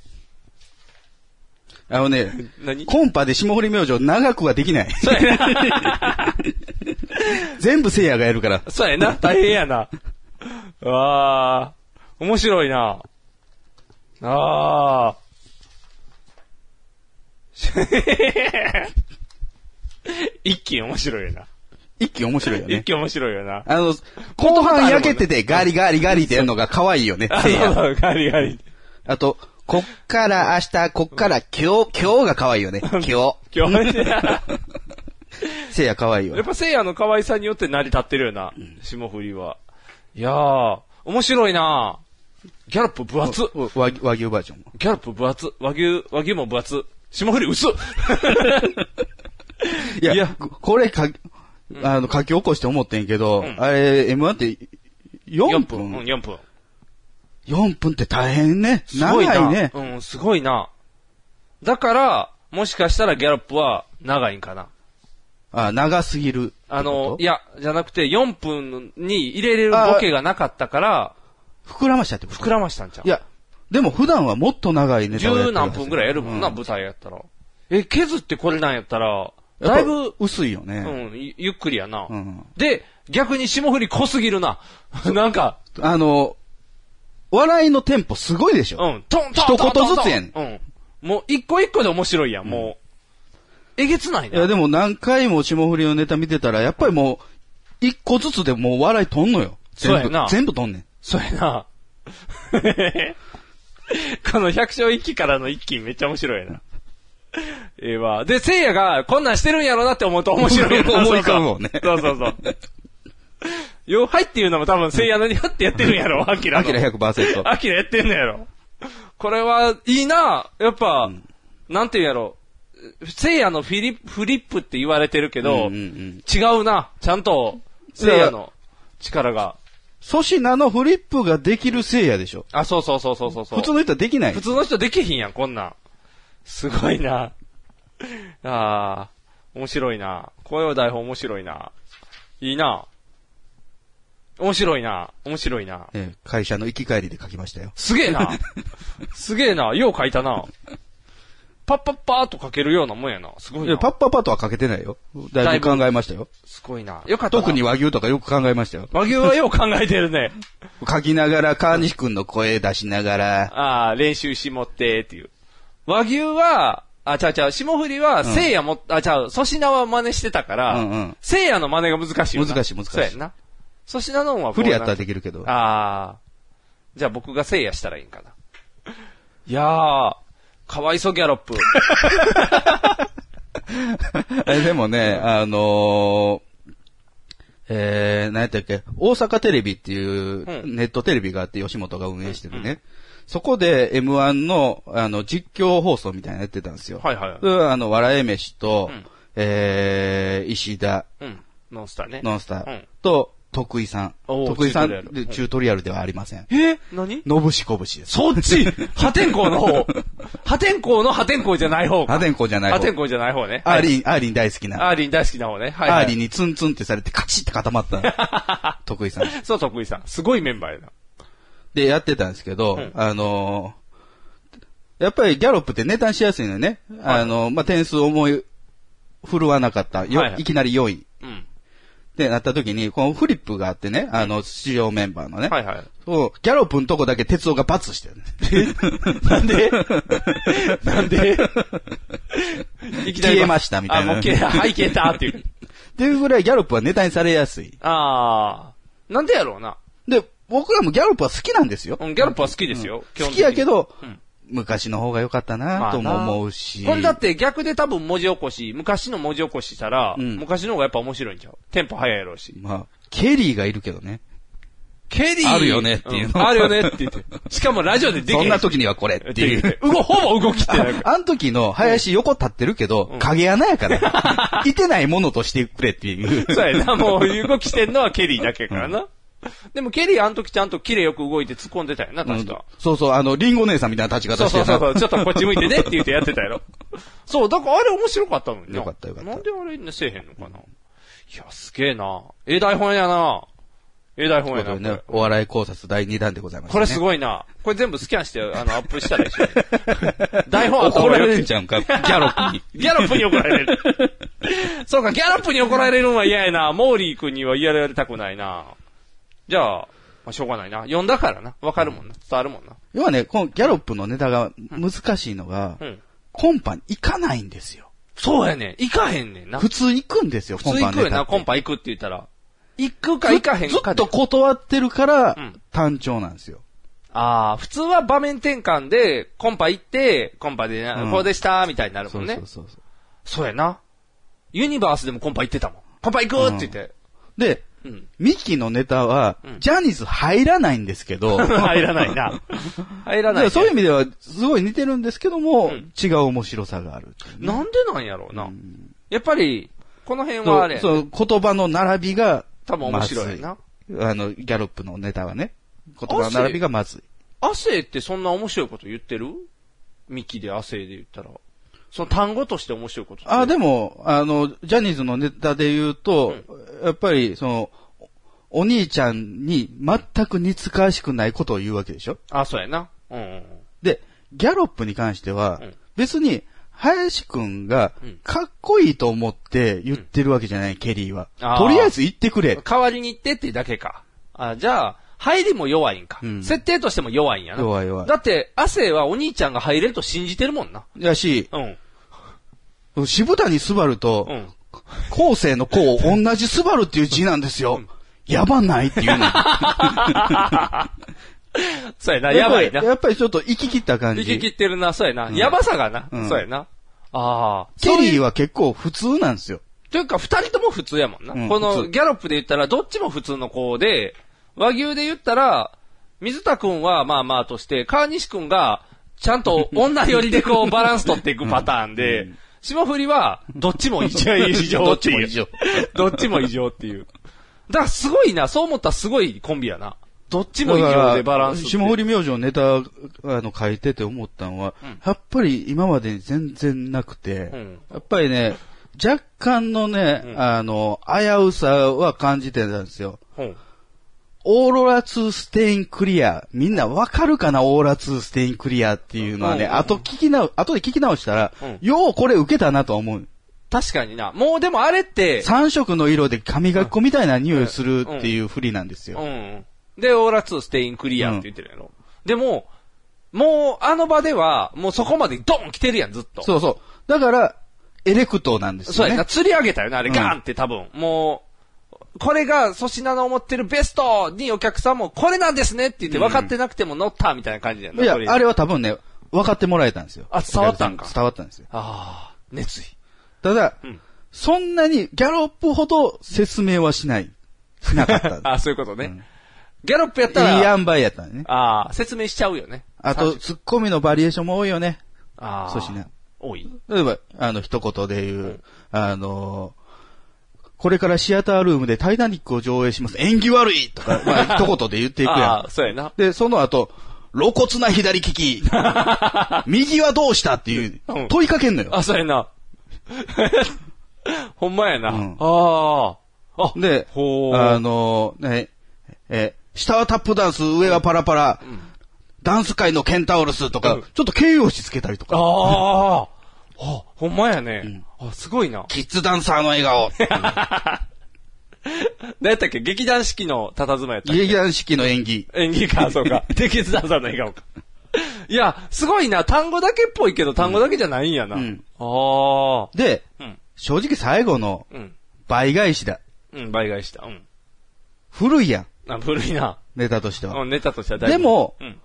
Speaker 2: あのね、
Speaker 3: 何
Speaker 2: コンパで霜降り明星長くはでき ない。
Speaker 3: そうやな。
Speaker 2: 全部聖夜がやるから。
Speaker 3: そうやな。大変やな。わあ、面白いなああ。 一気面白いよな。
Speaker 2: 一気面白いよ
Speaker 3: 一
Speaker 2: ね。
Speaker 3: 気面白いよな。
Speaker 2: あの、後半焼けててガリガリガリってやるのが可愛いよね。
Speaker 3: あ、
Speaker 2: せい
Speaker 3: そう
Speaker 2: や
Speaker 3: そう、ガリガリ。
Speaker 2: あと、こっから明日、こっから今日、今日が可愛いよね。今
Speaker 3: 今
Speaker 2: 日。
Speaker 3: 日、や
Speaker 2: せいや可愛いよ
Speaker 3: っ
Speaker 2: ね。
Speaker 3: ぱせいやの可愛さによって成り立ってるよな、霜降りは。いやー、面白いなギャロップ分厚っ。
Speaker 2: お和牛和牛バージョンも。
Speaker 3: ギャロップ分厚っ。和牛、和牛も分厚っ。霜降り 薄っ。
Speaker 2: いや、これか、あの、書き起こして思ってんけど、
Speaker 3: ん
Speaker 2: あれ、M1 って4
Speaker 3: 4分。うん、
Speaker 2: 分
Speaker 3: 4分。
Speaker 2: ?4 分って大変ね。
Speaker 3: す
Speaker 2: 長
Speaker 3: ごいな。
Speaker 2: いね。
Speaker 3: うん、すごいな。だから、もしかしたらギャロップは長いんかな。
Speaker 2: あ、長すぎる。
Speaker 3: あの、い
Speaker 2: や、
Speaker 3: や、じゃなくて4分に入れれるボケがなかったから、
Speaker 2: 膨らましたってこと
Speaker 3: 膨らましたんちゃう
Speaker 2: いや、でも普段はもっと長いネタをやって
Speaker 3: 十
Speaker 2: るは
Speaker 3: 何
Speaker 2: ず
Speaker 3: 分ぐらいやるもんな、
Speaker 2: う
Speaker 3: 舞台やったら。え、削ってこれなんやったら、だ
Speaker 2: だ
Speaker 3: い
Speaker 2: い
Speaker 3: ぶ
Speaker 2: ぶ、薄いよ
Speaker 3: う
Speaker 2: ね。
Speaker 3: ん、ゆゆっくりやな。
Speaker 2: うん
Speaker 3: で、逆に霜降り濃すぎるな。 なんか、
Speaker 2: あの、笑いのテンポすごいでし
Speaker 3: う
Speaker 2: ょ。
Speaker 3: ん、トントントントントン
Speaker 2: 一言ずつやん
Speaker 3: うん。もう一個一個で面白いやん、もう。えげつない
Speaker 2: いや、
Speaker 3: ね。
Speaker 2: でも何回も霜降りのネタ見てたら、やっぱりもう、一個ずつでもう笑いとんのよ。全
Speaker 3: そうや
Speaker 2: 部
Speaker 3: な、
Speaker 2: 全部とんねん。
Speaker 3: そうやな。 この百姓一揆からの一揆めっちゃ面白いな。ええわ。で、聖夜がこんなんしてるんやろなって思うと面白 いな。
Speaker 2: 思い浮かぶもんね
Speaker 3: そうそうそうそう。よ、はいっていうのも多分聖夜何やってやってるんやろ、アキラ
Speaker 2: ア
Speaker 3: の。
Speaker 2: キラ100%。
Speaker 3: アキラやってんのやろ。これは、いいなやっぱ、なんていうんやろ。聖夜のフィリップ、フリップって言われてるけ
Speaker 2: うんう
Speaker 3: ど、
Speaker 2: んうん
Speaker 3: 違うな。ちゃんと、聖夜の力が。
Speaker 2: 粗品のフリップができるせいやでしょ。
Speaker 3: あ、そうそうそうそうそうそう。
Speaker 2: 普通の人はできない
Speaker 3: 普。通の人できひんやん、こんなん。すごいな。ああ、面白いな。声を台本面白いな。いいな。面白いな。面白いな。
Speaker 2: ええ会社の行き帰りで書きましたよ。
Speaker 3: すげ えな。すげえな。よう書いたな。パッパッパーっと書けるようなもんやな。すごい
Speaker 2: い
Speaker 3: な
Speaker 2: や。パッパッパとは書けてないよ。だいぶ考えましたよ。
Speaker 3: すごいな。よかったな。
Speaker 2: 特に。和牛とかよく考えましたよ。
Speaker 3: 和牛はよう考えてるね。
Speaker 2: 書きながら、川西くんの声出しながら、
Speaker 3: ああ、練習しもって、っていう。和牛は、あ、ちゃうちゃう、霜降りは、聖夜も、あ、ちゃう、粗品は真似してたから、
Speaker 2: うんうん
Speaker 3: 聖夜の真似が難しいよな
Speaker 2: 難しい難しい
Speaker 3: そうやんな。粗品の方はこう
Speaker 2: 不利やった
Speaker 3: な
Speaker 2: らできるけど。
Speaker 3: ああ。じゃあ僕が聖夜したらいいんかな。 いやー、かわいそギャロッ プ。
Speaker 2: えでもね、あのーえー、何やったっけ、大阪テレビっていう
Speaker 3: うん
Speaker 2: ネットテレビがあって、吉本が運営してるね。そこで M1 の、あの、実況放送みたいなのやってたんですよ。
Speaker 3: はいはい
Speaker 2: であの、笑い飯と、
Speaker 3: うん
Speaker 2: えー、石田、
Speaker 3: うん。ノンスターね。
Speaker 2: ノンスタ
Speaker 3: う
Speaker 2: ー
Speaker 3: ん
Speaker 2: と、徳井さん。
Speaker 3: おー
Speaker 2: 徳井さ
Speaker 3: チュートリアル
Speaker 2: ん、でチュートリアルではありません。
Speaker 3: え何
Speaker 2: のぶしこぶしです。
Speaker 3: そっち破天荒 の方破天荒の破天荒じゃない方か
Speaker 2: 破天荒じゃない
Speaker 3: 破
Speaker 2: 方。
Speaker 3: 天荒じゃない方ね。
Speaker 2: アーリン、アーリン大好きな。
Speaker 3: アーリン大好きな方ね。はい、は
Speaker 2: ア
Speaker 3: い。
Speaker 2: ーリンにツンツンってされてカチッって固ま った。徳井さん。
Speaker 3: そう、徳井さん。すごいメンバーやな。
Speaker 2: で、やってたんですけど、
Speaker 3: ん
Speaker 2: あのーやっぱりギャロップってネタしやすいのよね。あのーまあ、点数思い、振るわなかった。よ
Speaker 3: はいはい
Speaker 2: いきなり4位。
Speaker 3: うん。
Speaker 2: ってなった時に、このフリップがあってね、あの、出場メンバーのね。
Speaker 3: はいはい。
Speaker 2: そう、ギャロップのとこだけ鉄夫が罰してるね。 なんでなんで 消えましたみたいな。
Speaker 3: あ、もう消えた。はい、消えたっ ていう。
Speaker 2: っていうぐらいギャロップはネタにされやすい。
Speaker 3: あー。なんでやろうな。
Speaker 2: で、僕らもギャロップは好きなんですよ。
Speaker 3: うん、ギャロップは好きですよ。基
Speaker 2: 好
Speaker 3: 本的
Speaker 2: き
Speaker 3: に
Speaker 2: やけ、ど、
Speaker 3: うん
Speaker 2: 昔の方が良かったなとも思うし。
Speaker 3: これだって逆で多分文字起こし、昔の文字起こししたら、
Speaker 2: うん
Speaker 3: 昔の方がやっぱ面白いんちゃうテンポ早いやろうし。
Speaker 2: まあ、ケリーがいるけどね。
Speaker 3: ケリー
Speaker 2: あるよねっていうの
Speaker 3: んあるよねって言って。しかもラジオでできへ
Speaker 2: そんな時にはこれって い
Speaker 3: で
Speaker 2: う
Speaker 3: き。へんうご、ほぼ動きってない
Speaker 2: あん時の林横立ってるけど、影穴やから。 いてないものとしてくれっていう。
Speaker 3: そうやな、もう動きしてんのはケリーだけやからな。でもケリーあの時ちゃんと綺麗よく動いて突っ込んでたよ
Speaker 2: う
Speaker 3: な、
Speaker 2: ん
Speaker 3: 確か。
Speaker 2: そうそう、あの、リンゴ姉さんみたいな立ち
Speaker 3: そ
Speaker 2: 方
Speaker 3: う
Speaker 2: して
Speaker 3: そ
Speaker 2: な
Speaker 3: うそうそう、 ちょっとこっち向いてねって言ってやってたやろ。 そう、だからあれ面白かったのにな。
Speaker 2: よかったよかった
Speaker 3: なんであれね、せえへんのかな。いや、すげえな。ええ台本やな。ええ台
Speaker 2: と
Speaker 3: 本
Speaker 2: いう
Speaker 3: や
Speaker 2: こと
Speaker 3: な。
Speaker 2: でね
Speaker 3: これ
Speaker 2: お笑い考察第2弾でございます、ね。
Speaker 3: これす
Speaker 2: い。
Speaker 3: ごいな。これ全部スキャンして、あの、アップしたらいいし。台本
Speaker 2: 怒られるん
Speaker 3: ち
Speaker 2: ちゃうんか、ギャロップ に。
Speaker 3: ギャロップに怒ら れる。そうか、ギャロップに怒られるのは嫌やな。モーリー君には嫌られたくないな。じゃあ、まあ、しょうがないな。読んだからな。わかるもんな。伝わるもんな。
Speaker 2: 要はね、このギャロップのネタが難しいのが、
Speaker 3: うん。
Speaker 2: コンパに行かないんですよ。
Speaker 3: そうやねん。行かへんねんな。
Speaker 2: 普通行くんですよ、
Speaker 3: 普通行くよな、コン
Speaker 2: パ
Speaker 3: パ行くって言ったら。行くか行かへん
Speaker 2: ず
Speaker 3: か
Speaker 2: っ
Speaker 3: で
Speaker 2: と。断ってるから
Speaker 3: ん、
Speaker 2: 単調なんですよ。
Speaker 3: ああ、普通は場面転換で、コンパ行って、コンパで
Speaker 2: う
Speaker 3: な、
Speaker 2: ん
Speaker 3: こうでした、みたいになるも
Speaker 2: そ
Speaker 3: ん
Speaker 2: う
Speaker 3: ね
Speaker 2: そう。そうそう。
Speaker 3: そうやな。ユニバースでもコンパ行ってたもん。コンパ行くって言って。
Speaker 2: で、
Speaker 3: うん。
Speaker 2: ミキのネタは
Speaker 3: う、ん
Speaker 2: ジャニーズ入らないんですけど、
Speaker 3: 入らな いな。
Speaker 2: だか
Speaker 3: 入らない
Speaker 2: ら
Speaker 3: ね。
Speaker 2: そういう意味では、すごい似てるんですけども、
Speaker 3: うん
Speaker 2: 違う面白さがあるっていうね、
Speaker 3: なんでなんやろう
Speaker 2: う。
Speaker 3: なんやっぱり、この辺はあれやね、
Speaker 2: そうそう言葉の並びが、
Speaker 3: 多分面白いな。
Speaker 2: あの、ギャロップのネタはね、言葉の並びがまずい。
Speaker 3: 亜生ってそんな面白いこと言ってるミキで亜生で言ったら。その単語として面白いことって。
Speaker 2: あ、でも、あの、ジャニーズのネタで言うと、やっぱり、その、おお兄ちゃんに全く似つかわしくないことを言うわけでしょ
Speaker 3: あ、そうやな。うんうんうん。
Speaker 2: で、ギャロップに関しては
Speaker 3: うん、
Speaker 2: 別に、林くんが
Speaker 3: うん、
Speaker 2: かっこいいと思って言ってるわけじゃない、ケリーは。
Speaker 3: あー
Speaker 2: とりあえず言ってくれ。
Speaker 3: 代わりに行ってってだけか。あ、じゃあ、入りも弱いんか。
Speaker 2: うん
Speaker 3: 設定としても弱いんやな。
Speaker 2: 弱い弱い
Speaker 3: だって、亜生はお兄ちゃんが入れると信じてるもんな。
Speaker 2: やし、
Speaker 3: うん。
Speaker 2: 渋谷すばると
Speaker 3: う、ん。
Speaker 2: 後世の子を同じスバルっていう字なんですよ。やばないって いうの。
Speaker 3: そうやな、やばいな。
Speaker 2: やっぱりちょっと行き切った感
Speaker 3: 行
Speaker 2: じ。
Speaker 3: き切ってるな、そうやな。
Speaker 2: うん
Speaker 3: やばさがな、
Speaker 2: うん
Speaker 3: そうやな。ああ。
Speaker 2: ケリー
Speaker 3: は
Speaker 2: は結構普通なんですよ。
Speaker 3: というか、二人とも普通やもんな。
Speaker 2: うん
Speaker 3: こ
Speaker 2: 普
Speaker 3: の、
Speaker 2: 通
Speaker 3: ギャロップで言ったら、どっちも普通の子で、和牛で言ったら、水田くんはまあまあとして、川西くんが、ちゃんと女寄りでこう、バランス取っていくパターンで、霜降りは、どっちも異常っていう。
Speaker 2: どっちも異常。
Speaker 3: どっちも異常っていう。だからすごいな、そう思ったらすごいコンビやな。どっち
Speaker 2: で
Speaker 3: も異常でバランスっていう。
Speaker 2: 霜降り明星のネタ、あの、書いてて思ったのは、
Speaker 3: うん
Speaker 2: やっぱり今までに全然なくて、
Speaker 3: うん
Speaker 2: やっぱりね、若干のね、
Speaker 3: うん
Speaker 2: あの、危うさは感じてたんですよ。
Speaker 3: うん
Speaker 2: オーロラ2ステインクリア。みんなわかるかなオーロラ2ステインクリアっていうのはね、
Speaker 3: うんうんうん
Speaker 2: 後聞きな、後で聞き直したら、
Speaker 3: うん
Speaker 2: ようこれ受けたなとは思う。
Speaker 3: 確かにな。もうでもあれって、
Speaker 2: 3色の色で髪がっこみたいな匂いするっていうふりなんです
Speaker 3: う
Speaker 2: よ。
Speaker 3: ん。で、オーラ2ステインクリアって言ってるやろ。でも、もう、あの場では、もうそこまでドン来てるやん、ずっと。
Speaker 2: そうそう。だから、エレクトなんです
Speaker 3: そう
Speaker 2: よ
Speaker 3: やな、
Speaker 2: ね。
Speaker 3: 釣り上げたよな、あれ、
Speaker 2: うん
Speaker 3: ガーンって多分。もう、これが粗品の思ってるベストにお客さんも、これなんですねって言って、分かってなくても乗ったみたいな感じだよな、
Speaker 2: いや
Speaker 3: とり、あえ
Speaker 2: あ
Speaker 3: ず
Speaker 2: れは多分ね、分かってもらえたんですよ。
Speaker 3: あ伝わったんか
Speaker 2: お客さ伝わったんですよ。
Speaker 3: ああ、熱意。
Speaker 2: ただ、
Speaker 3: うん
Speaker 2: そんなにギャロップほど説明はしない。しなかった。
Speaker 3: あそういうことね。
Speaker 2: うん
Speaker 3: ギャロップやったら、
Speaker 2: いい塩梅やったね。
Speaker 3: ああ、説明しちゃうよね。
Speaker 2: あと、
Speaker 3: 30
Speaker 2: ツッコミのバリエーションも多いよね。
Speaker 3: ああ、
Speaker 2: そうしね。
Speaker 3: 多い。
Speaker 2: 例えば、あの、一言で言う、あのこれからシアタールームでタイタニックを上映します。縁起悪いとか、まあ、一言で言っていく
Speaker 3: あ
Speaker 2: や
Speaker 3: あ、そうやな。
Speaker 2: ん。で、その後、露骨な左利 き。右はどうしたっていう
Speaker 3: うん、
Speaker 2: 問いかけんのよ。
Speaker 3: あ、そうやな。 ほんまやな。
Speaker 2: うん
Speaker 3: ああ。あ、
Speaker 2: で、
Speaker 3: ほう。
Speaker 2: あのね、え、下はタップダンス、上はパラパラ、ダンス界のケンタウルスとか、
Speaker 3: うん
Speaker 2: ちょっと形容詞つけたりとか、
Speaker 3: ああ。あ、ほんまやね。あ、すごいな。
Speaker 2: キッズダンサーの笑 顔、
Speaker 3: 何やったっけ劇団四季の佇まいやったっけ
Speaker 2: 劇団四季の演技。
Speaker 3: 演技か、そう か。で、決断さんの笑顔か。いや、すごいな。単語だけっぽいけど、単語だけじゃないんやな。
Speaker 2: うん
Speaker 3: ああ。
Speaker 2: で、
Speaker 3: うん。
Speaker 2: 正直最後の
Speaker 3: うん。
Speaker 2: 倍返しだ。
Speaker 3: うん、倍返した。うん。
Speaker 2: 古いやん、
Speaker 3: あ、古いな。
Speaker 2: ネタとしては。
Speaker 3: うん、ネタとしては大丈
Speaker 2: で
Speaker 3: 夫
Speaker 2: も
Speaker 3: うん。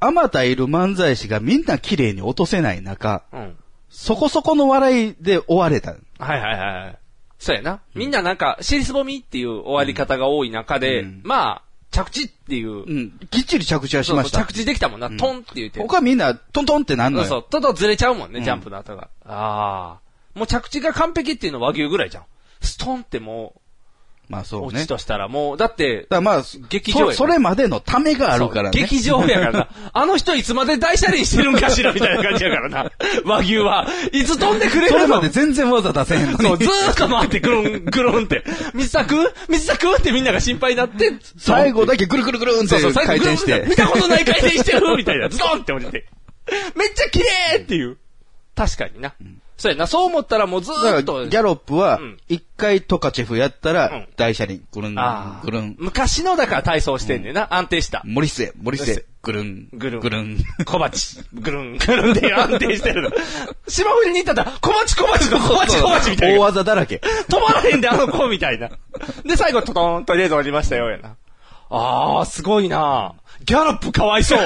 Speaker 2: あまたいる漫才師がみんな綺麗に落とせない中、
Speaker 3: うん。
Speaker 2: そこそこの笑いで終われた。
Speaker 3: はいはいはいはい。そうやな。みんななんか、尻すぼみっていう終わり方が多い中で、
Speaker 2: うん
Speaker 3: まあ、着地っていう、
Speaker 2: うん。きっちり着地はし
Speaker 3: そう
Speaker 2: ま
Speaker 3: そう
Speaker 2: した。
Speaker 3: 着地できたもんな、
Speaker 2: ん
Speaker 3: トンって言って。
Speaker 2: 他はみんなトントンってなんの
Speaker 3: そう
Speaker 2: よ。
Speaker 3: そう、ととずれちゃうもんね、
Speaker 2: うん
Speaker 3: ジャンプの後が。ああ。もう着地が完璧っていうのは和牛ぐらいじゃん。ストンっても、
Speaker 2: まあそうう
Speaker 3: 落
Speaker 2: ね。
Speaker 3: ち
Speaker 2: だか
Speaker 3: としたらもう、だって、
Speaker 2: らまあ、
Speaker 3: 劇場やか
Speaker 2: そ
Speaker 3: ら
Speaker 2: それまでのためがあるからね。
Speaker 3: そう劇場やか らな。あの人いつまで大車輪してるんかしらみたいな感じやから な。和牛は。いつ飛んでくれ
Speaker 2: それ
Speaker 3: る
Speaker 2: ま
Speaker 3: の
Speaker 2: で全然わざ出せへんのに。
Speaker 3: そう、ずーっと回って、ぐるん、ぐるんって。水作水作ってみんなが心配になって、
Speaker 2: 最後だけぐるぐるぐるんっ
Speaker 3: そうそう、
Speaker 2: て
Speaker 3: 最後
Speaker 2: 回転し
Speaker 3: ぐるんぐるん見
Speaker 2: て。
Speaker 3: たことない回転してるみたいな、ズドンって落ちて。めっちゃ綺麗っていう。確かにな。そうやな、そう思ったらもうず
Speaker 2: だか
Speaker 3: ー
Speaker 2: ら、
Speaker 3: っ
Speaker 2: ギ
Speaker 3: と、
Speaker 2: ャロップは
Speaker 3: うん、
Speaker 2: 一回トカチェフやった
Speaker 3: う
Speaker 2: ら
Speaker 3: ん、
Speaker 2: 台車にぐるん
Speaker 3: あ、ー
Speaker 2: ぐるん、
Speaker 3: 昔のだから体操してんねんな、安定した。
Speaker 2: 森末、森
Speaker 3: よ
Speaker 2: 末
Speaker 3: し、
Speaker 2: ぐるん、
Speaker 3: ぐるん
Speaker 2: ぐるん。
Speaker 3: 小鉢、ぐるん、ぐるんで安定してる の。島振りに行ったら、小鉢小鉢の小鉢小鉢みたい
Speaker 2: 大
Speaker 3: な。
Speaker 2: 技だらけ。
Speaker 3: 止まらへんで、あの子みたいな。で、最後、トトーン、とりあえず降りましたよ、やな。あー、すごいなギャロップか わいそう。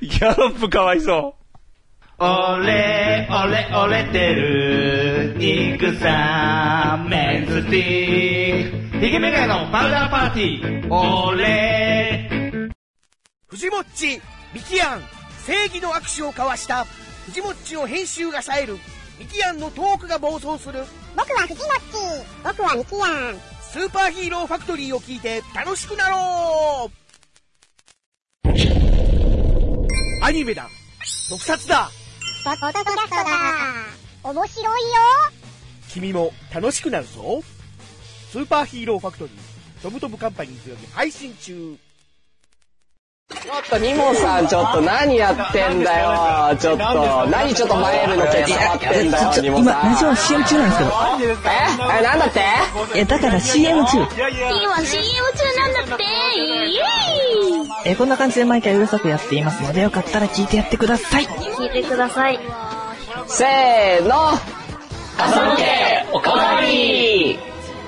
Speaker 3: ギャロップかわいそう。
Speaker 7: 俺、俺、俺てる、戦、メンズティー。ヒゲメガネのパウダーパーティー。俺、
Speaker 11: 藤もっち、ミキアン、正義の握手を交わした、藤もっちを編集が冴える、ミキアンのトークが暴走する、僕は藤もっち、僕はミキアン、スーパーヒーローファクトリーを聞いて楽しくなろうアニメだ特撮だ
Speaker 12: ポッドキャストだ面白いよ
Speaker 11: 君も楽しくなるぞスーパーヒーローファクトリー、トムトムカンパニーズより配信中
Speaker 13: ちょっとニモさん、ちょっと何やってんだよ。ちょっと、何ちょっと前目の毛触ってんだよ、ニモ
Speaker 14: 今、
Speaker 13: さん
Speaker 14: ラ。ジオ CM 中なんですけど。
Speaker 13: ええ、なんだって
Speaker 14: え、だから CM 中。
Speaker 12: 今 CM 中なんだってイエーイ
Speaker 14: え、こんな感じで毎回うるさくやっていますので、よかったら聞いてやってください。
Speaker 12: 聞いてください
Speaker 13: せーの。朝向け、おかわり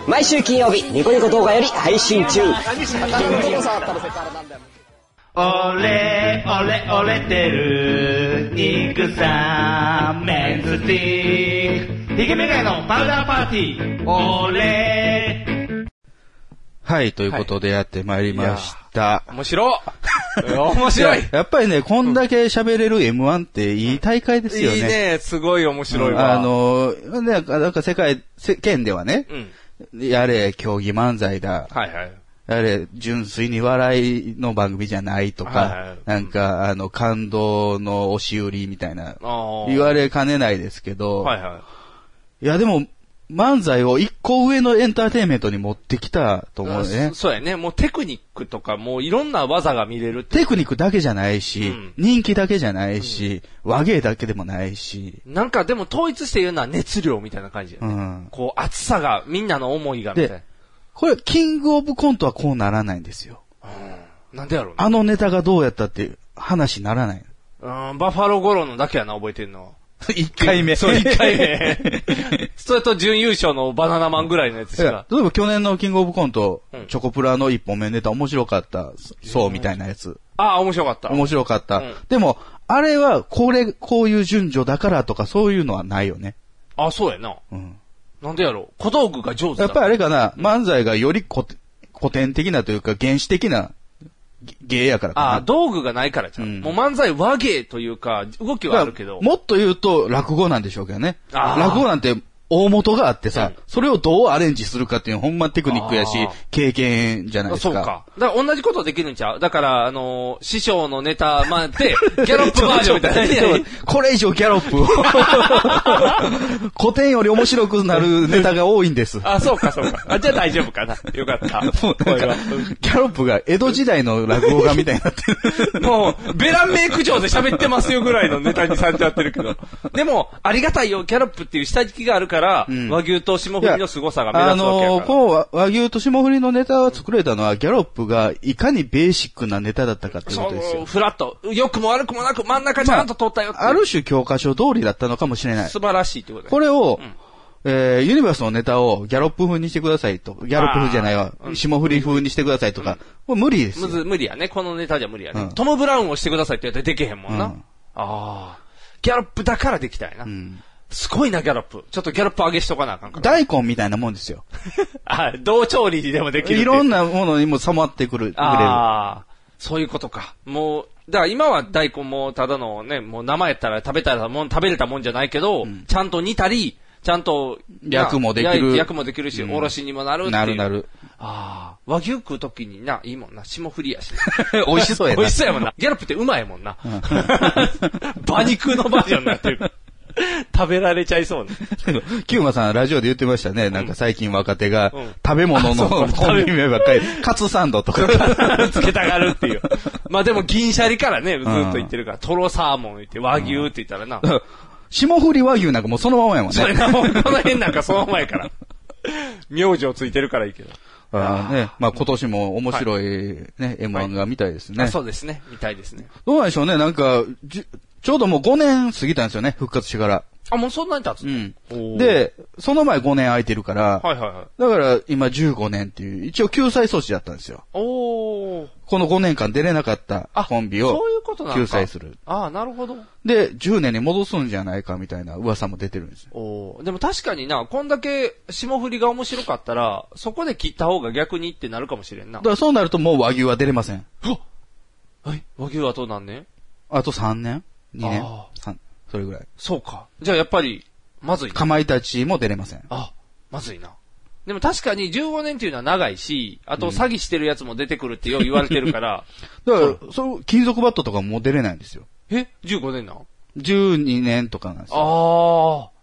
Speaker 13: 毎週金曜日、ニコニコ動画より配信中。
Speaker 7: 俺、俺、俺てる、戦、メンズティー。ヒゲメガネのパウダーパーティー。俺、
Speaker 2: はい、ということでやってまいりました。
Speaker 3: 面白いや面白い
Speaker 2: ややっぱりね、こんだけ喋れる M1 っていい大会ですよね。
Speaker 3: いいね、すごい面白いわ。
Speaker 2: あ、の、なんか、なんか世界、世間ではね、やれ、競技漫才だ。
Speaker 3: はいはい。
Speaker 2: やれ、純粋に笑いの番組じゃないとか、
Speaker 3: はいはい
Speaker 2: なんか、あの、感動の押し売りみたいな、
Speaker 3: あ
Speaker 2: 言われかねないですけど、、
Speaker 3: はいはい
Speaker 2: やでも、漫才を一個上のエンターテインメントに持ってきたと思うね
Speaker 3: そ。そうやね。もうテクニックとか、もういろんな技が見れるって。
Speaker 2: テクニックだけじゃないし、人気だけじゃないし、和芸だけでもないし、
Speaker 3: なんかでも統一して言うのは熱量みたいな感じや
Speaker 2: う
Speaker 3: ね。
Speaker 2: ん。
Speaker 3: こう、熱さが、みんなの思いがみたいな
Speaker 2: で。、これ、キングオブコントはこうならないんですよ。
Speaker 3: なんでやろうね
Speaker 2: あのネタがどうやったって話にならない。
Speaker 3: うん、バファローゴロのだけやな、覚えてんの。
Speaker 2: 一回目
Speaker 3: そう、 一回 目。それと準優勝のバナナマンぐらいのやつし
Speaker 2: いや
Speaker 3: か。
Speaker 2: 例えば去年のキングオブコント、
Speaker 3: ん
Speaker 2: チョコプラの一本目ネタ面白かった、そうみたいなやつ。
Speaker 3: ああ、面白かった。
Speaker 2: 面白かった。
Speaker 3: うん
Speaker 2: でも、あれは、これ、こういう順序だからとかそういうのはないよね。
Speaker 3: あ、そうやな。なんでやろう。小道具が上手だ。
Speaker 2: やっぱりあれかな、漫才がより古典古典的なというか原始的な芸芸やからかな。
Speaker 3: ああ、道具がないからじゃん。もう漫才和芸というか、動きはあるけど。
Speaker 2: もっと言うと落語なんでしょうけどね。
Speaker 3: あー
Speaker 2: 落語なんて大元があってさ、それをどうアレンジするかっていうのはほんまテクニックやし
Speaker 3: あー、
Speaker 2: 経験じゃないです
Speaker 3: そう
Speaker 2: か。
Speaker 3: か。だから同じことできるんちゃうだから、あのー師匠のネタ、ま あ、で、ギャロップバージョンみたい
Speaker 2: ちょっ
Speaker 3: な
Speaker 2: と。これ以上ギャロップを。古典より面白くなるネタが多いんです。
Speaker 3: あ、そうか、そうか。あ、じゃあ大丈夫かな。よかった。
Speaker 2: もうなんか、ギャロップが江戸時代の落語家みたいになって る。
Speaker 3: もう、ベランメイク上で喋ってますよぐらいのネタにされちゃってるけど。でも、ありがたいよ、ギャロップっていう下敷きがあるから、和牛と霜降りの凄さが目
Speaker 2: あ
Speaker 3: 立つわけ
Speaker 2: の
Speaker 3: や
Speaker 2: ー、
Speaker 3: から。
Speaker 2: こう、和牛と霜降りのネタを作れたのは、ギャロップがいかにベーシックなネタだったかっていうことです
Speaker 3: そ
Speaker 2: よ
Speaker 3: う、。フラット。良くも悪くもなく真ん中ちゃんと通ったよっていう
Speaker 2: ある種教科書通りだったのかもしれない。
Speaker 3: 素晴らしいってことだね
Speaker 2: これを、えー、ユニバースのネタをギャロップ風にしてくださいと。ギャロップ風じゃないわ。霜降り風にしてくださいとか。もう無理ですよ
Speaker 3: む。ず、無理やね。このネタじゃ無理やね。
Speaker 2: うん
Speaker 3: トム・ブラウンをしてくださいって言ったらできへんもんな。
Speaker 2: うん
Speaker 3: ああ。ギャロップだからできたんやな。すごいな、ギャロップ。ちょっとギャロップ上げしとかなあかんから。
Speaker 2: 大根みたいなもんですよ。
Speaker 3: あ同調理でもできるって
Speaker 2: いろんなものにも染まってくる。
Speaker 3: ああ、そういうことか。もう、だから今は大根もただのね、もう生やったら食べたらもん、食べれたもんじゃないけど、ちゃんと煮たり、ちゃんと、な
Speaker 2: 焼くもできる
Speaker 3: 焼いて焼くもできるし、
Speaker 2: うん
Speaker 3: おろしにもなるっ
Speaker 2: く
Speaker 3: てい
Speaker 2: れる
Speaker 3: う。
Speaker 2: なるなる。。
Speaker 3: ああ、和牛食うときにな、いいもんな、霜降りやし
Speaker 2: 美味しそうやな
Speaker 3: 美味しそうやもんな。ギャロップってうまいもんな。 馬肉のバージョンになってる。 食べられちゃいそうね。
Speaker 2: キューマさん、ラジオで言ってましたね。なんか最近若手が
Speaker 3: うん、
Speaker 2: 食べ物の
Speaker 3: あ そう
Speaker 2: コンビ名ばっかり、カツサンドとか。
Speaker 3: つけたがるっていう。まあでも銀シャリからね、ずっと言ってるから、トロサーモン言って、和牛って言ったらな。
Speaker 2: 霜降り和牛なんかもうそのままやもんね。
Speaker 3: そうやな、もうこの辺なんかその前から。名字をついてるからいいけど。
Speaker 2: あーね、まあ今年も面白いね、M1 が見たいですね。
Speaker 3: あそうですね。みたいですね。
Speaker 2: どうなんでしょうね、なんか、じゅちょうどもう5年過ぎたんですよね、復活してから。
Speaker 3: あ、もうそんなに経つうん。
Speaker 2: で、その前5年空いてるから、
Speaker 3: はいはいはい。
Speaker 2: だから今15年っていう、一応救済措置だったんですよ。
Speaker 3: おー。
Speaker 2: この5年間出れなかったコンビを
Speaker 3: そういうことなのか
Speaker 2: 救済する。
Speaker 3: ああ、なるほど。
Speaker 2: で、10年に戻すんじゃないかみたいな噂も出てるんですよ。
Speaker 3: おーでも確かにな、こんだけ霜降りが面白かったら、そこで切った方が逆にってなるかもしれんな
Speaker 2: だか。らそうなるともう和牛は出れません。
Speaker 3: 和牛はどうなんね
Speaker 2: あと3年 ?2 年
Speaker 3: あ
Speaker 2: ?3、それぐらい。
Speaker 3: そうか。じゃあやっぱり、まずいな
Speaker 2: かまいたちも出れません。
Speaker 3: あ、まずいな。でも確かに15年っていうのは長いし、あと詐欺してるやつも出てくるってよう言われてるから、
Speaker 2: だから、そう、金属バットとかも出れないんですよ。
Speaker 3: え ?15 年なん
Speaker 2: 12年とかなんですよ。
Speaker 3: ああ。